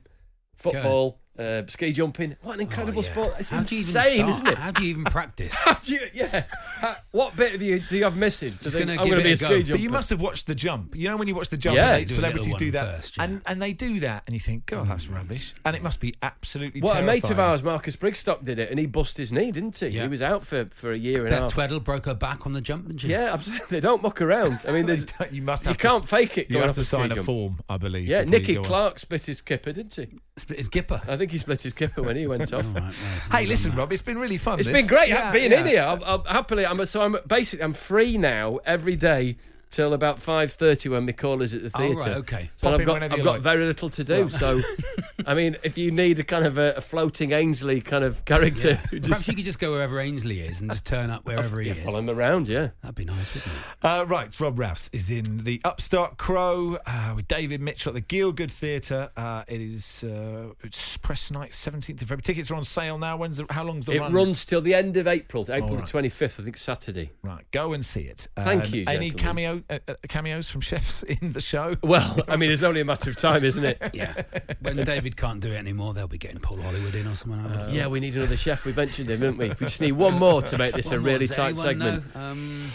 football, uh, ski jumping. What an incredible sport! It's Oh, How do you even insane, start? isn't it? How do you even practice? How do you, yeah. How- what bit of you do you have missing? Just Think, gonna I'm give gonna it be a go. a ski But jumper. But you must have watched the jump. You know when you watch the jump, Yeah. they, They do a celebrities little do one that, first, yeah. and and they do that, and you think, God, that's rubbish, and it must be absolutely. Well, Mm. a mate of terrifying. ours, Marcus Brigstock, did it, and he bust his knee, didn't he? Yeah. He was out for, for a year and a Beth half. Tweddle broke her back on the jump, didn't she? Yeah, absolutely. They don't muck around. I mean, there's, you must. you Have to- can't fake it You going have off to a ski sign a jump. form, I believe. yeah, before you Nicky go on. Clark split his kipper, didn't he? Split his gipper. I think he split his kipper when he went off. Right, well, Hey, listen, Rob, it's been really fun. It's this. been great Yeah, being in yeah. here. I'm, I'm happily, I'm so I'm basically I'm free now every day till about five thirty when my call is at the Oh, right, theatre. okay. So Pop I've in got whenever I've you got like. very little to do. So, I mean, if you need a kind of a, a floating Ainsley kind of character, who Perhaps just you could just go wherever Ainsley is and just turn up wherever he yeah, is. follow him around, yeah. That'd be nice, wouldn't it? Uh, right, Rob Rouse is in the Upstart Crow uh, with David Mitchell at the Gielgud Theatre. Uh, it is uh, it's press night, seventeenth of February. Tickets are on sale now. When's the, how long's the It run? runs till the end of April, April right. the twenty fifth, I think Saturday. Right, go and see it. Thank And you, Um, Any cameo gentlemen. uh, uh, cameos from chefs in the show? Well, I mean, it's only a matter of time, isn't it? Yeah. When David can't do it anymore, they'll be getting Paul Hollywood in or someone. I Oh. would- Uh, Yeah, we need another chef. We mentioned him, didn't we? We just need one more to make this One a more. really Does tight anyone segment. know? Um,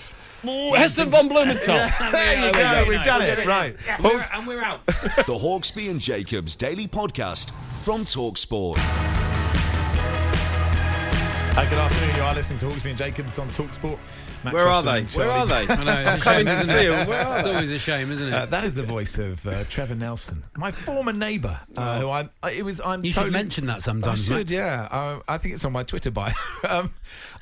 Heston von Blumenthal. there you go. We've done it. Right. Well, we're- and we're out. The Hawksby and Jacobs Daily Podcast from Talksport. Uh, good afternoon. You are listening to Hawksby and Jacobs on Talksport. Matt Where are Crossan they? and Where are Charlie- they? I know, it's a Coming shame, to isn't see it? 'em. Where are It's they? always a shame, isn't it? Uh, that is the voice of uh, Trevor Nelson, my former neighbour, uh, who I'm. I- It was I'm. Oh. you should totally- mention that sometimes. I should, Max. yeah. Uh, I think it's on my Twitter bio. um,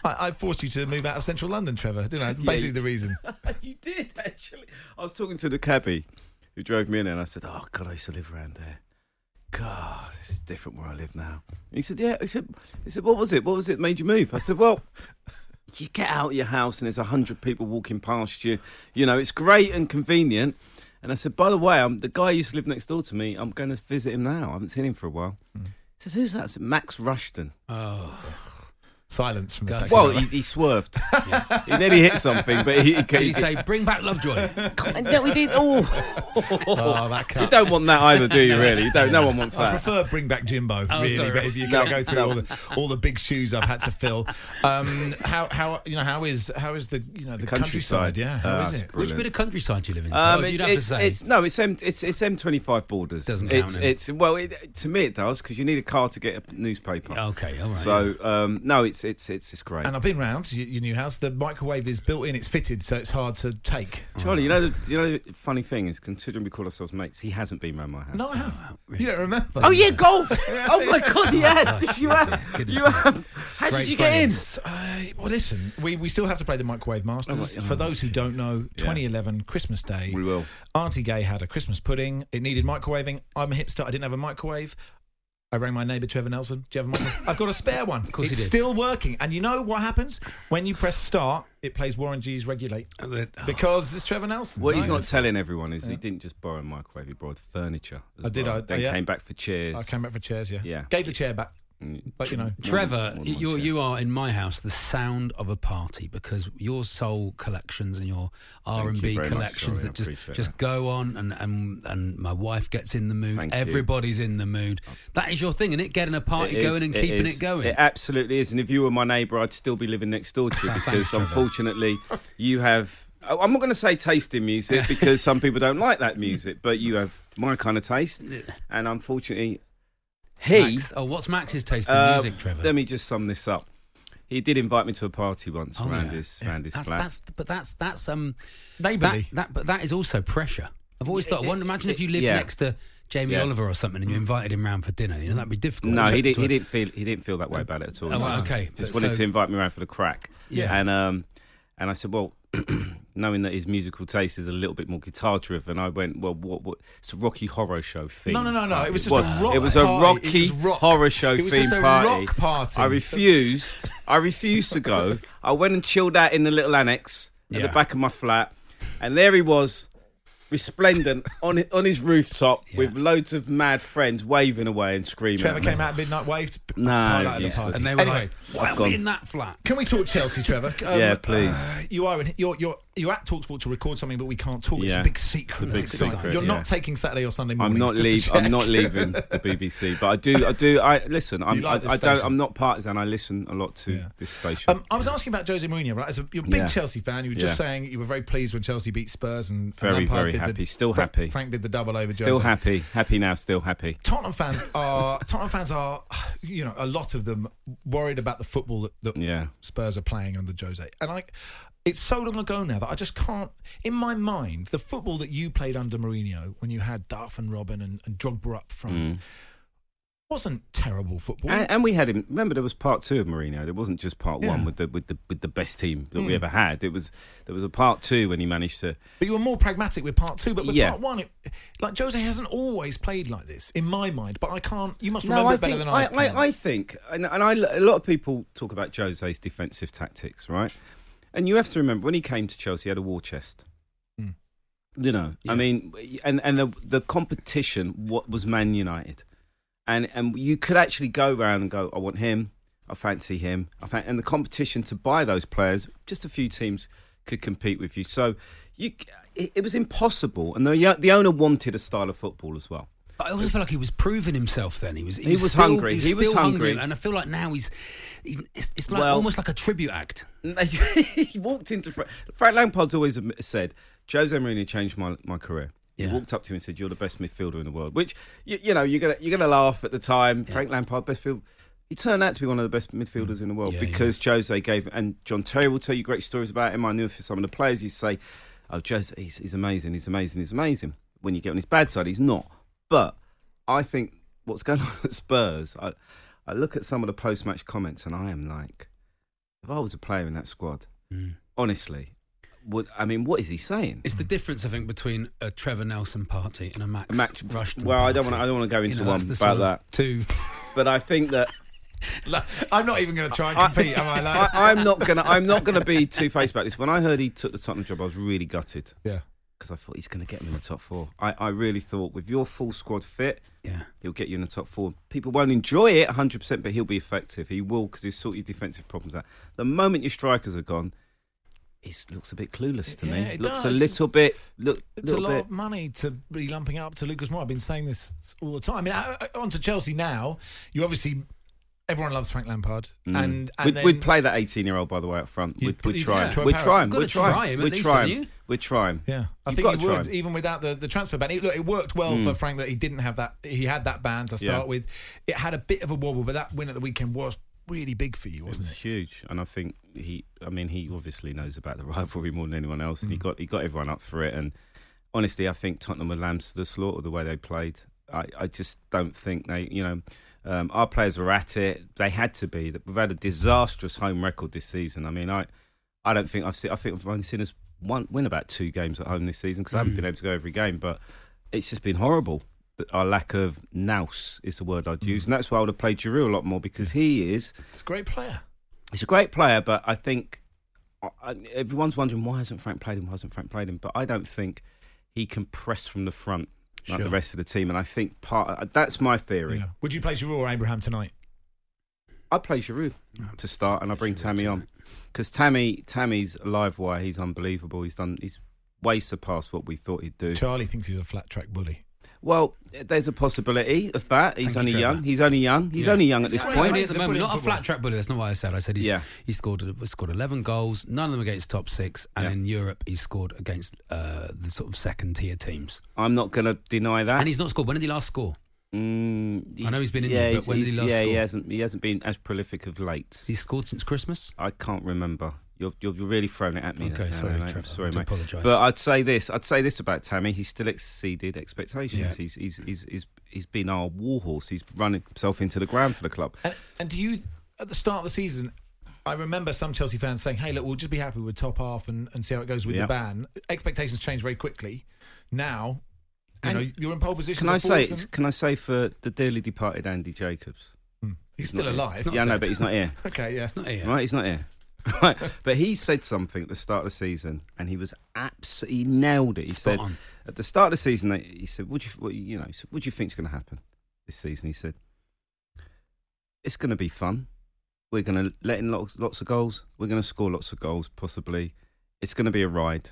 I, I forced you to move out of central London, Trevor, didn't I? That's Yeah, basically you- the reason. you did actually. I was talking to the cabbie who drove me in, and I said, "Oh God, I used to live around there. God, this is different where I live now." And he said, "Yeah." He said, "He said, what was it? What was it that made you move?" I said, "Well." You get out of your house and there's a hundred people walking past you. You know, it's great and convenient. And I said, by the way, I'm, the guy who used to live next door to me, I'm going to Hmm. visit him now. I haven't seen him for a while. He says, who's that? I said, Max Rushton. Oh, Silence from the taxi Well, driver. he, he swerved. He nearly hit something, but he. Did he say, "Bring back Lovejoy"? no, he did. Oh, Oh, that you cuts. don't want that either, do you? Really? You don't. No one wants I that. prefer bring back Jimbo, Oh, really. sorry. But if you're going to No, go through no. all the all the big shoes I've had to fill, um, how how you know how is how is the you know the, countryside. countryside. Yeah, how Ah, is it's it? brilliant. Which bit of countryside do you live in? Um, Well, it- you'd have to it's, say. it's- no, it's M, it's it's M25 borders. Doesn't count it's, then. it's well, it, to me it does because you need a car to get a newspaper. Okay, all right, So um, no, it's it's it's it's great. And I've been round y- your new house. The microwave is built in; it's fitted, so it's hard to take. Charlie, you know the you know the funny thing is, considering we call ourselves mates, he hasn't been round my house. No, I have. You don't remember? Oh yeah, golf! oh my god, yes, you have. You have. How did you get in? in? Uh, well, listen, we, we still have to play the Microwave Masters. Oh, my- For those who don't know, 2011 Christmas Day. We will. Auntie Gay had a Christmas pudding. It needed microwaving. I'm a hipster. I didn't have a microwave. I rang my neighbour Trevor Nelson. Do you have a microwave? I've got a spare one. Of course he it's did. still working. And you know what happens when you press start? It plays Warren G's Regulate Oh, because it's Trevor Nelson. What he's right? not telling everyone is he didn't just borrow a microwave; he borrowed furniture. as I Oh, did, well. I- then yeah. came back for chairs. I came back for chairs. Yeah. Yeah. Mm. Gave the chair back. But you know, Trevor, you you are in my house the sound of a party because your soul collections and your Thank R you and B very much, collections Charlie, I that just appreciate just go on and, and and my wife gets in the mood. Thank you. Oh. Everybody's in the mood. That is your thing, and it getting a party It is, going and keeping is. it going. It absolutely is. And if you were my neighbour, I'd still be living next door to you because unfortunately, you have. I- I'm not going to say taste in music because some people don't like that music, but you have my kind of taste. And unfortunately, he. Max- oh, what's Max's taste in Uh, music, Trevor? Let me just sum this up. He did invite me to a party once Oh, around yeah. his, round his that's, flat. that's but that's that's um Neighbourly. That, that- but that is also pressure. I've always thought. I wonder, imagine if you lived Yeah. next to Jamie Yeah. Mm. Oliver or something, and you invited him round for dinner. You know that'd be difficult. No, he To- didn't. He didn't feel. He didn't feel Um, that way about it at all. Oh, No. right, okay. Just But wanted so- to invite me around for the crack. Yeah. And um, and I said, well, knowing that his musical taste is a little bit more guitar driven, I went, well, what? What? It's a Rocky Horror Show theme. No, no, no, no, it was just a rock It was a party. It Rocky was rock. Horror Show It was theme just a party. rock party. I refused. I refused to go. I went and chilled out in the little annex at Yeah. the back of my flat, and there he was. Resplendent on hi- on his rooftop with loads of mad friends waving away and screaming. Trevor at me. came out at midnight, waved. No, highlighted the useless. party. And they were Anyway, like, why I've are we gone. in that flat? Can we talk Chelsea, Trevor? Uh, Yeah, please. you are in, you're you're you're at Talksport to record something, but we can't talk. It's Yeah. a big secret. It's a big It's exciting. secret, you're yeah. not taking Saturday or Sunday I'm morning. not leave, I'm not leaving the BBC, but I do. I do. I listen. I'm, like I, this I don't. station? I'm not partisan. I listen a lot to this station. Um, I was asking about Jose Mourinho, right? As a, you're a big Yeah. Chelsea fan, you were just Yeah. saying you were very pleased when Chelsea beat Spurs and and Very, Lampard very did the- happy. Still Frank- happy. Frank did the double over. Jose. still happy. Happy now. Still happy. Tottenham fans are Tottenham fans are, you know, a lot of them worried about the football that, that Yeah. Spurs are playing under Jose. And I, it's so long ago now that I just can't. In my mind, the football that you played under Mourinho, when you had Duff and Robin and, and Drogba up front, Mm. wasn't terrible football. And, and we had him. Remember, there was part two of Mourinho. There wasn't just part one Yeah. with the with the with the best team that Mm. we ever had. It was there was a part two when he managed to. but you were more pragmatic with part two. But with Yeah. part one, it, like Jose hasn't always played like this in my mind. But I can't. You must No, remember I it better think- than I. I, can. I, I think, and, and I, a lot of people talk about Jose's defensive tactics, right? And you have to remember when he came to Chelsea, he had a war chest. Mm. You know, I mean, and and the the competition what was Man United, and and you could actually go round and go, I want him, I fancy him, I fan-, and the competition to buy those players, just a few teams could compete with you. So you, it, it was impossible, and the the owner wanted a style of football as well. But I also feel like he was proving himself then. He was. He, He was still- hungry. He was, He was still hungry. hungry. and I feel like now he's. he's it's it's like Well- almost like a tribute act. he walked into Fra- Frank Lampard's always admi- said Jose Mourinho changed my, my career. He walked up to him and said, "You're the best midfielder in the world." Which you, you know you're gonna you're gonna laugh at the time. Frank Lampard, best field. He turned out to be one of the best midfielders in the Mm. world because Jose gave and John Terry will tell you great stories about him. I knew for some of the players you say, "Oh, Jose, he's, he's amazing, he's amazing, he's amazing." When you get on his bad side, he's not. But I think what's going on at Spurs, I, I look at some of the post match comments and I am like, if I was a player in that squad, honestly, would I mean, what is he saying? It's the difference, I think, between a Trevor Nelson party and a A Max, Max- Rushton. well, I don't party. wanna- I don't wanna go into know, that's one the about sort of that. Two. But I think that I'm not even going to try and compete. am I? Like, I, I'm not gonna I'm not gonna be two faced about this. When I heard he took the Tottenham job, I was really gutted yeah. because I thought he's going to get me in the top four. I, I really thought with your full squad fit, yeah, he'll get you in the top four. People won't enjoy it 100, percent but he'll be effective. He will because he'll sort your defensive problems out. The moment your strikers are gone, it looks a bit clueless to me. Yeah, it looks a does. little bit. Look, It's a little lot bit. of money to be lumping up to Lucas Moore. I've been saying this all the time. I mean, I, I, on to Chelsea now. You obviously, everyone loves Frank Lampard, Mm. and, and we'd, then, we'd play that 18 year old by the way up front. We'd, put- we'd you'd try put him. Troy We'd Parrott. try him. You've gotta We'd try try him. him at We'd least, try haven't him. you? We'd try him. Yeah, I You've think got he to try would, him. even without the, the transfer ban. It, look, it worked well Mm. for Frank that he didn't have that. He had that ban to Yeah. start with. It had a bit of a wobble, but that win at the weekend was really big for you, It wasn't was it? huge, and I think he. I mean, he obviously knows about the rivalry more than anyone else, and he got he got everyone up for it. And honestly, I think Tottenham were lambs to the slaughter the way they played. I, I just don't think they. You know, um, our players were at it. They had to be. We've had a disastrous home record this season. I mean, I I don't think I've seen. I think I've only seen us one win about two games at home this season because I haven't Mm. been able to go every game, but it's just been horrible. That Our lack of nous is the word I'd use, and that's why I would have played Giroud a lot more because he is It's a great player. he's a great player, but I think I- I- everyone's wondering why hasn't Frank played him? Why hasn't Frank played him? But I don't think he can press from the front like the Sure. rest of the team. And I think part uh, that's my theory. Yeah. Would you play Giroud or Abraham tonight? I play Giroud to start, and I bring Tammy on because Tammy Tammy's a live wire. He's unbelievable. He's done. He's way surpassed what we thought he'd do. Charlie thinks he's a flat track bully. Well, there's a possibility of that. He's Thank only you, Trevor. young. He's only young. He's only young at He's this only point. young at the moment, not a flat track bully. That's not what I said. I said he's, Yeah. he scored scored eleven goals, none of them against top six, and Yeah. in Europe he scored against uh, the sort of second tier teams. I'm not going to deny that. And he's not scored. When did he last score? Mm, I know he's been injured, yeah, but he's- when did he he's- last Yeah, he score? hasn't. He hasn't been as prolific of late. Has he scored since Christmas? I can't remember. You're, you're you're really throwing it at me. Okay, now, sorry, mate. I'm Trevor. sorry, I do mate. apologise. But I'd say this. I'd say this about Tammy. He's still exceeded expectations. Yeah. He's, he's he's he's he's been our warhorse. He's run himself into the ground for the club. And, and do you, at the start of the season, I remember some Chelsea fans saying, hey, look, we'll just be happy with top half and, and see how it goes with Yeah. the ban. Expectations change very quickly. Now, you And know, you're in pole position. Can I for say? fourth and- Can I say for the dearly departed Andy Jacobs? Hmm. He's still not here. alive. Yeah, I know, but he's not here. okay, yeah. It's not here. Right, he's not here. Right, but he said something at the start of the season, and he was absolutely nailed it. He Spot said on. at the start of the season, they- he said, "What do you, what, you know, he said, what do you think's going to happen this season?" He said, "It's going to be fun. We're going to let in lots, lots of goals. We're going to score lots of goals, possibly. It's going to be a ride."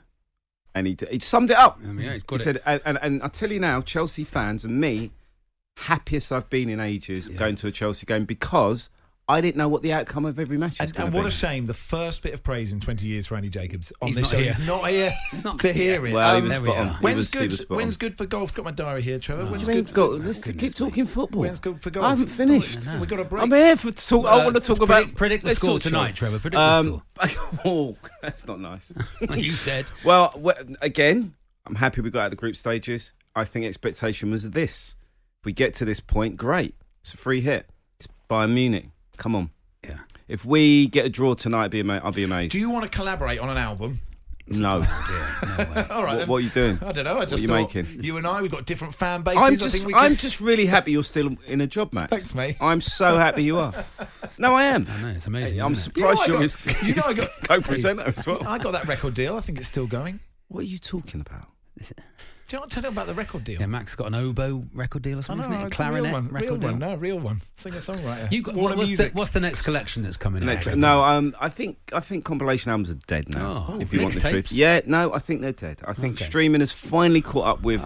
And he, d- he summed it up. I mean, yeah, he's he got it. said, and, and, "And I tell you now, Chelsea fans and me, happiest I've been in ages going to a Chelsea game because." I didn't know what the outcome of every match was And, going and to be. what a shame! The first bit of praise in 20 years for Andy Jacobs on He's this not show here. he's not here to hear it. Well, he Um, was there we spot on. are. He When's was- he good? was spot when's on. good for golf? Got my diary here, Trevor. What when's do you mean, good? For, go- let's keep talking football. when's good for golf? I haven't finished. We got a break. I'm here for talk. I Uh, want to talk predict- about predict the let's score talk tonight, Chelsea. Trevor. Predict the oh, that's not nice. you said. Well, w- again, I'm happy we got out of the group stages. I think expectation was this. If we get to this point, great. It's a free hit. It's Bayern Munich. Come on. Yeah. If we get a draw tonight, I'd be ama- I'll be amazed. Do you want to collaborate on an album? Oh, no. All right. What- then. what are you doing? I don't know. I What just are you thought making? You and I, we've got different fan bases. I'm I just, think we I'm could- just really happy you're still in a job, Max. Thanks, mate. I'm so happy you are. No, I am. I know, it's amazing. I'm isn't it? surprised I you are got- his, you know I his got- co-presenter as well. I got that record deal. I think it's still going. What are you talking about? Do you want to tell them about the record deal? Yeah, Max got an oboe record deal or I something, know, isn't it? A it's a real clarinet one, real record deal. one, no, real one. Sing a song right You got, Warner what's, the, Music. what's the next collection that's coming Next- out? no, um, I think I think compilation albums are dead now. Oh, if you want the mixtapes? truth, yeah, no, I think they're dead. I think Okay. streaming has finally caught up with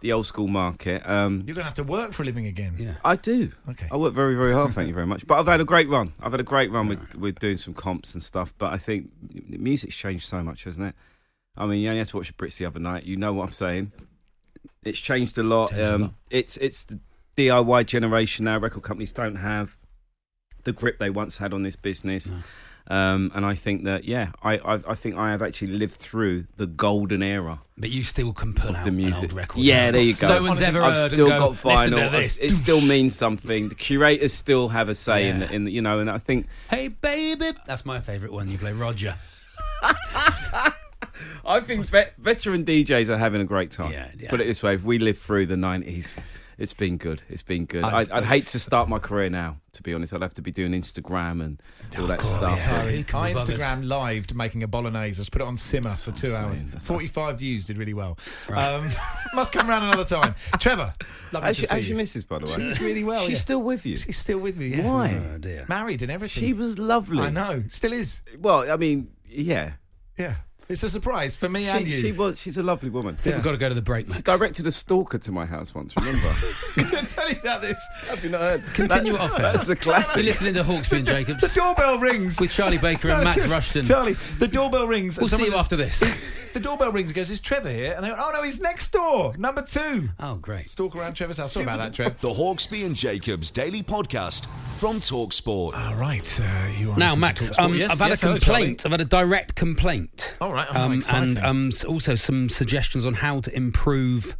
the old school market. Um, You're going to have to work for a living again. Yeah. I do. Okay. I work very, very hard. Thank you very much. But I've had a great run. I've had a great run with, with doing some comps and stuff. But I think m- music's changed so much, hasn't it? I mean, you only had to watch the Brits the other night. You know what I'm saying? It's changed a lot. Changed a um, lot. It's it's the DIY generation now. Record companies don't have the grip they once had on this business. Um, and I think that, yeah, I, I I think I have actually lived through the golden era But you still can pull out the an music. old record. Yeah, there It's got you go. So one's ever I've heard still and go, got "Listen to vinyl. this." It still means something. The curators still have a say in, Yeah. the, in the, you know, and I think Hey, baby. That's my favourite one. You play Roger. I think vet, veteran DJs are having a great time. Yeah, yeah. Put it this way: if we live through the nineties, It's been good. It's been good. I- I, I'd hate to start my career now, to be honest. I'd have to be doing Instagram and all that I stuff. Instagram lived making a bolognese. Let's put it on simmer for two hours. Forty-five views did really well. Um, must come round another time. Trevor, lovely How's to she- see how's you. your missus, by the way? She's really well. She's still with you. She's still with me. Yeah. Why? Oh, dear. Married and everything. She was lovely. I know. Still is. Well, I mean, yeah. Yeah. It's a surprise for me She- and you. she was- she's a lovely woman. I think we've got to go to the break, She directed a stalker to my house once, remember? tell you about this. Have you not heard? Continue That- off it. That's the classic. You're listening to Hawksby and Jacobs. The doorbell rings. With Charlie Baker No, and no, Matt seriously, Rushton. Charlie, the doorbell rings. and We'll see someone you says- after this. The doorbell rings and goes, "Is Trevor here?" And they go, "Oh no, he's next door, number two. Oh, great. Stalk around Trevor's house. Sorry about that, Trev. The Hawksby and Jacobs Daily Podcast from Talksport. All right, uh, you are listening Now, to Max, Talksport. um, Yes, I've had yes, a hello, complaint. I've had a direct complaint. All right, oh, um, exciting. and um, s- also some suggestions on how to improve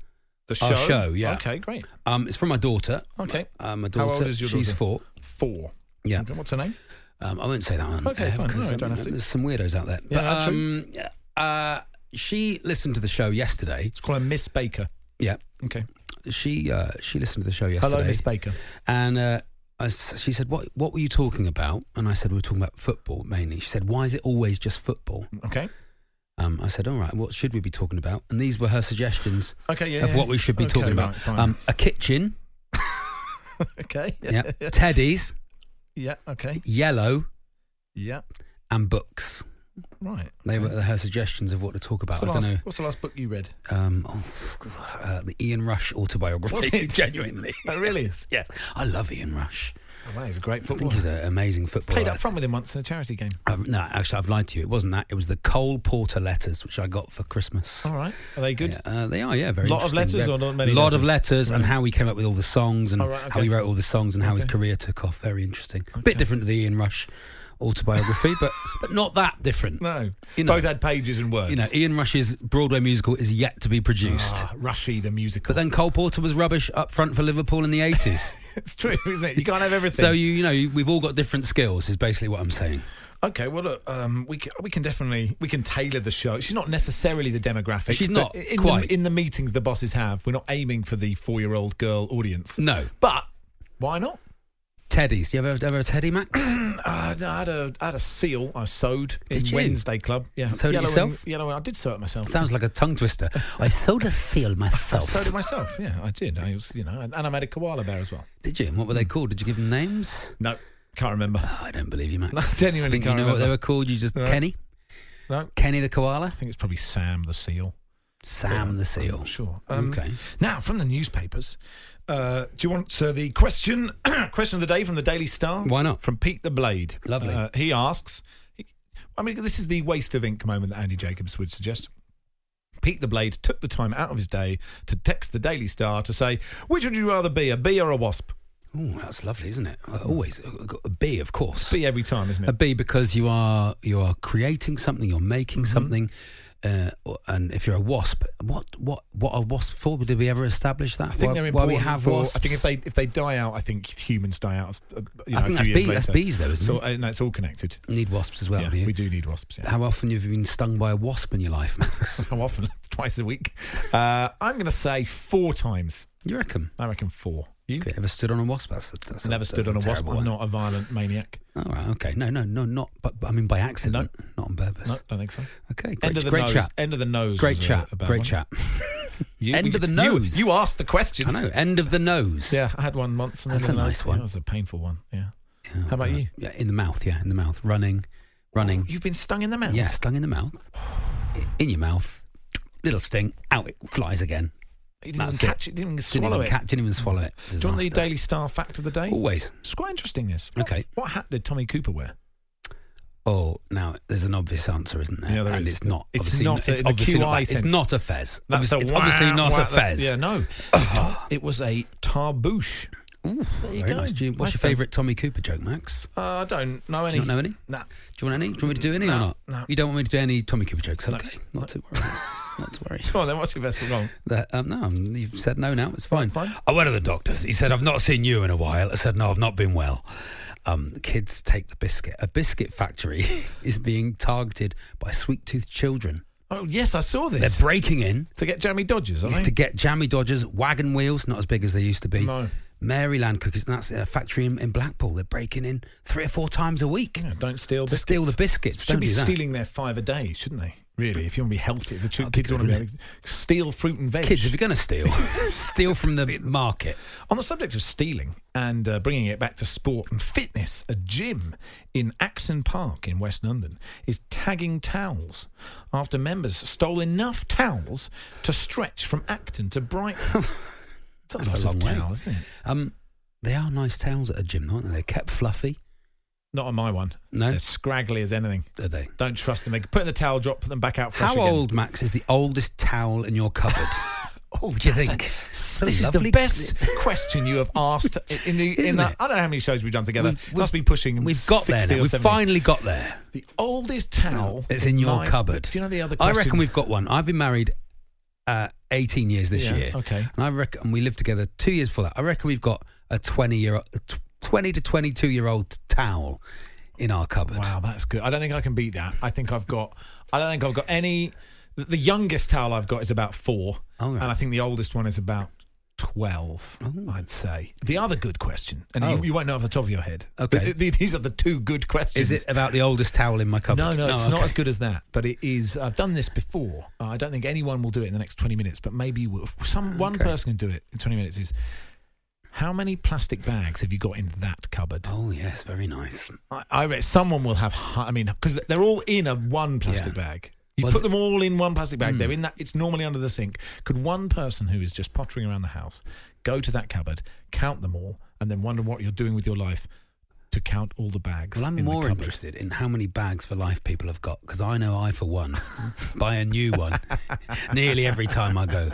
The our show. Yeah. Okay, great. Um, it's from my daughter. Okay. Um, my How daughter. old is your She's daughter? four. Four. Yeah. Okay, what's her name? Um, I won't say that one. Okay, fine. No, don't have to. There's some weirdos out there. Yeah, but, that's true. um, uh, she listened to the show yesterday. It's called Miss Baker. Yeah. Okay. She uh, she listened to the show yesterday. Hello, Miss Baker. And uh, I s she said, "What what were you talking about?" And I said, "We were talking about football mainly." She said, "Why is it always just football?" Okay. Um, I said, "All right, what should we be talking about?" And these were her suggestions Okay, yeah, of yeah. what we should be Okay, talking about: right, fine. um, a kitchen, Okay. yeah, teddies, Yeah. Okay. yellow, Yeah. and books. Right. They were her suggestions of what to talk What's about. the, I don't last, know. what's the last book you read? Um, oh, uh, the Ian Rush autobiography. Was it? Genuinely, That really is. yes, I love Ian Rush. Oh, wow, he's a great I think footballer. he's an amazing footballer. Played up front with him once in a charity game. I've, no, actually, I've lied to you. It wasn't that. It was the Cole Porter letters, which I got for Christmas. All right. Are they good? Uh, they are, yeah, very. Lot of interesting. letters Very- or not many Lot of letters? letters, and Right. how he came up with all the songs, and All right, how okay. he wrote all the songs, and how his Okay. career took off. Very interesting. A bit different to the Ian Rush autobiography, but but not that different. No, you know, Oh, both had pages and words. you know, Ian Rush's Broadway musical is yet to be produced. Ah, Rushy the musical. But then Cole Porter was rubbish up front for Liverpool in the eighties. It's true, isn't it? You can't have everything. so you you know you, we've all got different skills. Is basically what I'm saying. Okay, well, look, um, we can, we can definitely we can tailor the show. She's not necessarily the demographic. She's but not, in quite. The, in the meetings the bosses have. We're not aiming for the four year old girl audience. No, but why not? Teddies. You ever ever have a Teddy Max? Uh, no, I had a I had a seal I sewed in Did you? Wednesday Club. Yeah, Sewed it yellow yourself? And, yellow. and- I did sew it myself. Sounds like a tongue twister. I sort of feel I myself. sewed it myself. Yeah, I did. I was, you know, and I made a koala bear as well. Did you? And what were they called? Did you give them names? Ah, No, can't remember. I don't believe you, Max. No, genuinely I think you can't know what remember. they were called. You just No. Kenny, No, Kenny the koala, I think it's probably Sam the seal. Sam the seal. Sure. Um, okay. Now, from the newspapers, uh, do you want uh, the question question of the day from the Daily Star? Why not? From Pete the Blade. Lovely. Uh, he asks. I mean, this is the waste of ink moment that Andy Jacobs would suggest. Pete the Blade took the time out of his day to text the Daily Star to say, "Which would you rather be, a bee or a wasp?" Oh, that's lovely, isn't it? Uh, Always uh, got a B, of course. Bee every time, isn't A it? B because you are you are creating something, you're making Mm-hmm. something, uh, or- and if you're a wasp, what what what are wasps for? Did we ever establish that? I think why, they're why important. we have for, wasps? I think if they if they die out, I think humans die out. uh, You know, I think a that's few bees. years That's later. bees, though, isn't So, it? uh, no, it's all connected. Need wasps as well. Yeah, do you? we do need wasps. Yeah. How often have you been stung by a wasp in your life, Max? How often? Twice a week. Uh, I'm going to say four times. You reckon? I reckon four. You Okay, ever stood on a wasp? That's, that's never stood on a wasp. I'm not a violent maniac. All Oh, right. Okay. No. No. No. Not. But, but I mean by accident. Not on purpose. No, don't think so. Okay. Great, End of the great nose. chat. End of the nose. Great was a- chat. a bad Great one. chat. You- End of the you- nose. You, asked the question. I know. End of the nose. Yeah, I had one once. And That's then a the nose- nice one. That was a painful one. Yeah. Oh, How about God. you? Yeah. In the mouth. Yeah. In the mouth. Running. Running. You've been stung in the mouth. Yeah. Stung in the mouth. I- In your mouth. Little sting. Out it flies again. You didn't That's even catch it. Didn't even swallow didn't even it. Catch, didn't even swallow it. Do you want the Disaster. Daily Star fact of the day? Always. It's quite interesting. This. Okay. What hat did Tommy Cooper wear? Oh, now there's an obvious answer, isn't there? Yeah, there and is. it's not. It's obviously, not a- It's in the obviously not. QI that. It's sense. not a fez. That's Obviously- a it's wah, obviously not wah, a that- fez. Yeah, no. it was a tarbouche. Very go. nice. Do you, Well what's your done. favourite Tommy Cooper joke, Max? Uh, I don't know any. Do you not know any? Nah. Do you want any? Do you want me to do any or No, not? no. You don't want me to do any Tommy Cooper jokes? Okay, not to worry. not to worry. Come on, then what's your best one? That, um, no, um, you've said no now. It's fine. I went to the doctors. He said, I've not seen you in a while. I said, No, I've not been well. Um, the kids take the biscuit. A biscuit factory is being targeted by sweet toothed children. Oh yes, I saw this. They're breaking in to get jammy dodgers, are they? to get jammy dodgers, wagon wheels, not as big as they used to be. No. Maryland cookies, and that's a factory in, in Blackpool. They're breaking in three or four times a week. don't steal to steal the biscuits. Should don't be do that. stealing their five a day, shouldn't they? Really, if you want to be healthy, the Oh, two kids want to be able to steal fruit and veg. Kids, if you're going to steal, steal from the market. On the subject of stealing and uh, bringing it back to sport and fitness, a gym in Acton Park in West London is tagging towels after members stole enough towels to stretch from Acton to Brighton. It's a lot That's a long of way. towels, isn't it? Um, they are nice towels at a gym, aren't they? They're kept fluffy. Not on my one. No? They're scraggly as anything. Are they? Don't trust them. They put in the towel, drop, put them back out fresh How again. old, Max, is the oldest towel in your cupboard? Oh, do you that's think? a- It's a This is the lovely- best question you have asked in the in Isn't the, it? I don't know how many shows we've done together. We've- Must be pushing. We've got there. 60 Now. or We've 70. finally got there. The oldest towel. It's in your my- cupboard. Do you know the other? I Question? reckon we've got one. I've been married uh, 18 years this Yeah, year. okay. And I reckon and we lived together two years before that. I reckon we've got a 20 year a tw- 20 to 22 year old towel in our cupboard. Wow, that's good. I don't think I can beat that. I think I've got. I don't think I've got any. the- The youngest towel I've got is about four, Oh, right. and I think the oldest one is about twelve. I'd say. The other good question, and Oh. you, you won't know off the top of your head. Okay. But th- these are the two good questions. Is it about the oldest towel in my cupboard? No, no, it's not okay. as good as that. But it is. I've done this before. Uh, I don't think anyone will do it in the next twenty minutes. But maybe you will. some one person can do it in twenty minutes. Is how many plastic bags have you got in that cupboard? Oh yes, very nice. I, I reckon someone will have. hu- I mean, because they're all in a one plastic Yeah. bag. You Well, put them all in one plastic bag. Hmm. They're in that. It's normally under the sink. Could one person who is just pottering around the house go to that cupboard, count them all, and then wonder what you're doing with your life to count all the bags? Well, I'm in the more cupboard? interested in how many bags for life people have got because I know I, for one, buy a new one nearly every time I go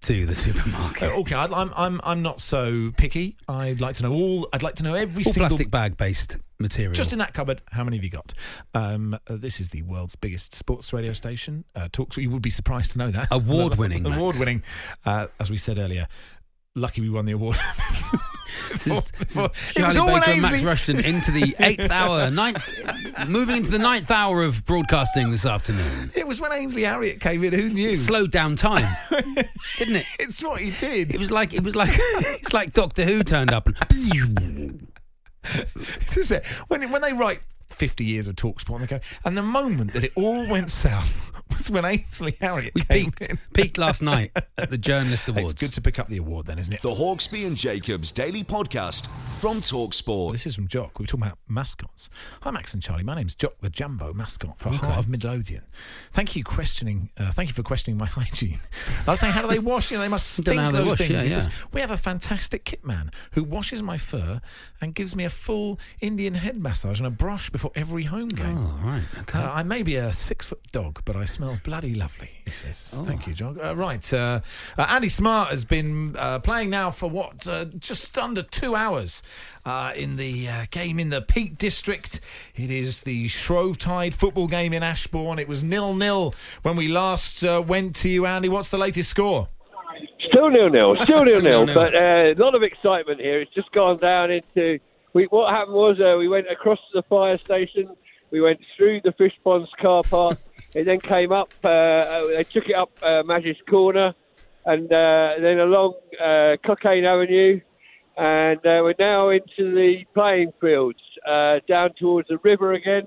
to the supermarket. Uh, Okay, I'd- I'm I'm I'm not so picky. I'd like to know all. I'd like to know every All single plastic bag based material. Just in that cupboard, how many have you got? Um, uh, this is the world's biggest sports radio station. Uh, talks. You would be surprised to know that Award-winning, Max. award-winning. Uh, as we said earlier, lucky we won the award. It was Charlie all Baker and Max Ainsley. Rushton into the eighth hour, ninth, moving into the ninth hour of broadcasting this afternoon. It was when Ainsley Harriott came in. Who knew? It slowed down time, didn't it? It's what he did. It was like it was like it's like Doctor Who turned up and This is it. When, when they write 50 years of talk sport, and they go, and the moment that it all went south was when Ainsley Harriott we came peaked in. peaked last night at the Journalist Awards. It's good to pick up the award then, isn't it? The Hawksby and Jacobs Daily Podcast from Talksport. This is from Jock. We were talking about mascots. Hi, Max and Charlie. My name's Jock the Jumbo mascot for Heart of Midlothian. Thank you questioning. Uh, thank you for questioning my hygiene. I was saying, how do they wash? You know, they must Don't stink know how they those wash, things. yeah, He says, yeah. we have a fantastic kit man who washes my fur and gives me a full Indian head massage and a brush before every home game. Oh, right. Okay. Uh, I may be a six foot dog, but I smell bloody lovely, he says. Oh. Thank you, John. Uh, right. Uh, uh, Andy Smart has been uh, playing now for what? Uh, just under two hours uh, in the uh, game in the Peak District. It is the Shrovetide football game in Ashbourne. It was nil nil when we last uh, went to you, Andy. What's the latest score? Still nil nil. Still nil nil. nil-nil. But uh, a lot of excitement here. It's just gone down into. We, what happened was uh, we went across to the fire station. We went through the fish ponds car park. it then came up. Uh, uh, they took it up uh, Madge's Corner, and uh, then along uh, Cocaine Avenue, and uh, we're now into the playing fields uh, down towards the river again.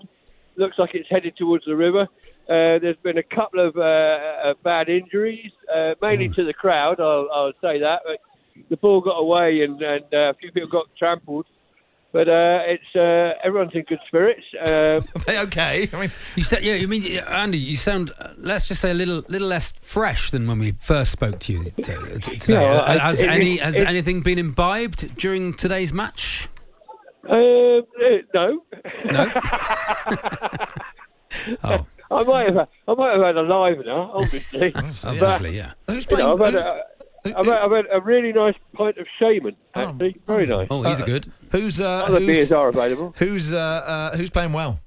Looks like it's headed towards the river. Uh, there's been a couple of uh, uh, bad injuries, uh, mainly Mm. to the crowd. I'll, I'll say that. But the ball got away, and, and uh, a few people got trampled. But uh, it's uh, everyone's in good spirits. Um, Are they okay? I mean, You said, yeah. You mean, yeah, Andy? You sound, uh, let's just say, a little, little less fresh than when we first spoke to you t- t- today. Yeah, Uh, I- has it- any, it- has it- anything been imbibed during today's match? Um, eh, no. Oh. I might have, I might have had a livener, obviously. But, Obviously, yeah. Who's you playing? know, I've had who- a, I've had, I've had a really nice pint of shaman, actually. Very nice. Oh, he's Uh, good. who's uh, Other who's, beers are available. who's, uh, uh, who's playing well?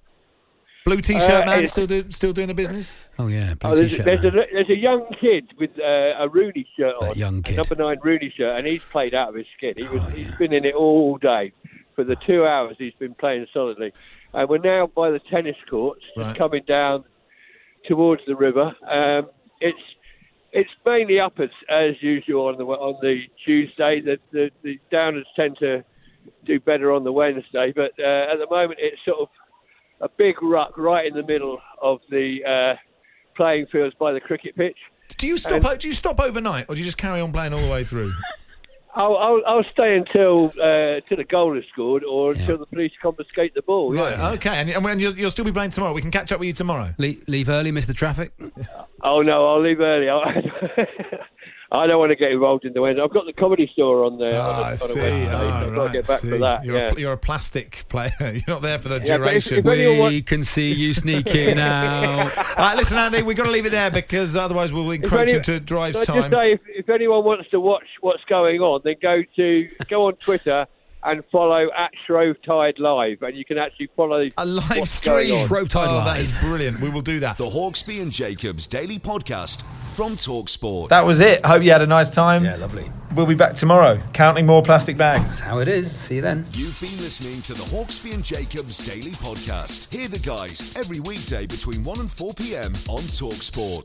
Blue T-shirt Uh, man it's- still do, still doing the business. Oh yeah, blue Oh, there's, t-shirt there's, a, man. there's a young kid with uh, a Rooney shirt That on, young a kid. Oh, number nine Rooney shirt, and he's played out of his skin. He was, He's been in it all day. For the two hours, he's been playing solidly. And we're now by the tennis courts, just Right. coming down towards the river. Um, it's it's mainly up as, as usual on the on the Tuesday. The, the the downers tend to do better on the Wednesday, but uh, at the moment it's sort of a big ruck right in the middle of the uh, playing fields by the cricket pitch. Do you stop? o- do you stop overnight, or do you just carry on playing all the way through? I'll, I'll, I'll stay until uh, till the goal is scored or until the police confiscate the ball. yeah. Right. Okay. And, and when you'll, you'll still be playing tomorrow. We can catch up with you tomorrow. Leave, leave early, miss the traffic. Oh no, I'll leave early. I, I don't want to get involved in the Wednesday. I've got the comedy store on there. on a- on I a see. Wednesday, so Ah, I've got right, to get back see. to that. You're, yeah. a, pl- you're a plastic player. You're not there for the Yeah, but if- duration. if anyone wants- We can see you sneaking out. All right, listen, Andy, we've got to leave it there because otherwise we'll encroach any- into drive's Can I time. just say, if, if anyone wants to watch what's going on, then go to go on Twitter and follow at Shrove Tide Live, and you can actually follow a live Oh, that is brilliant. We will do that. The Hawksby and Jacobs Daily Podcast from Talksport. That was it. Hope you had a nice time. Yeah, lovely. We'll be back tomorrow counting more plastic bags. How it is. See you then. You've been listening to the Hawksby and Jacobs Daily Podcast. Hear the guys every weekday between 1 and 4 p.m. on Talksport.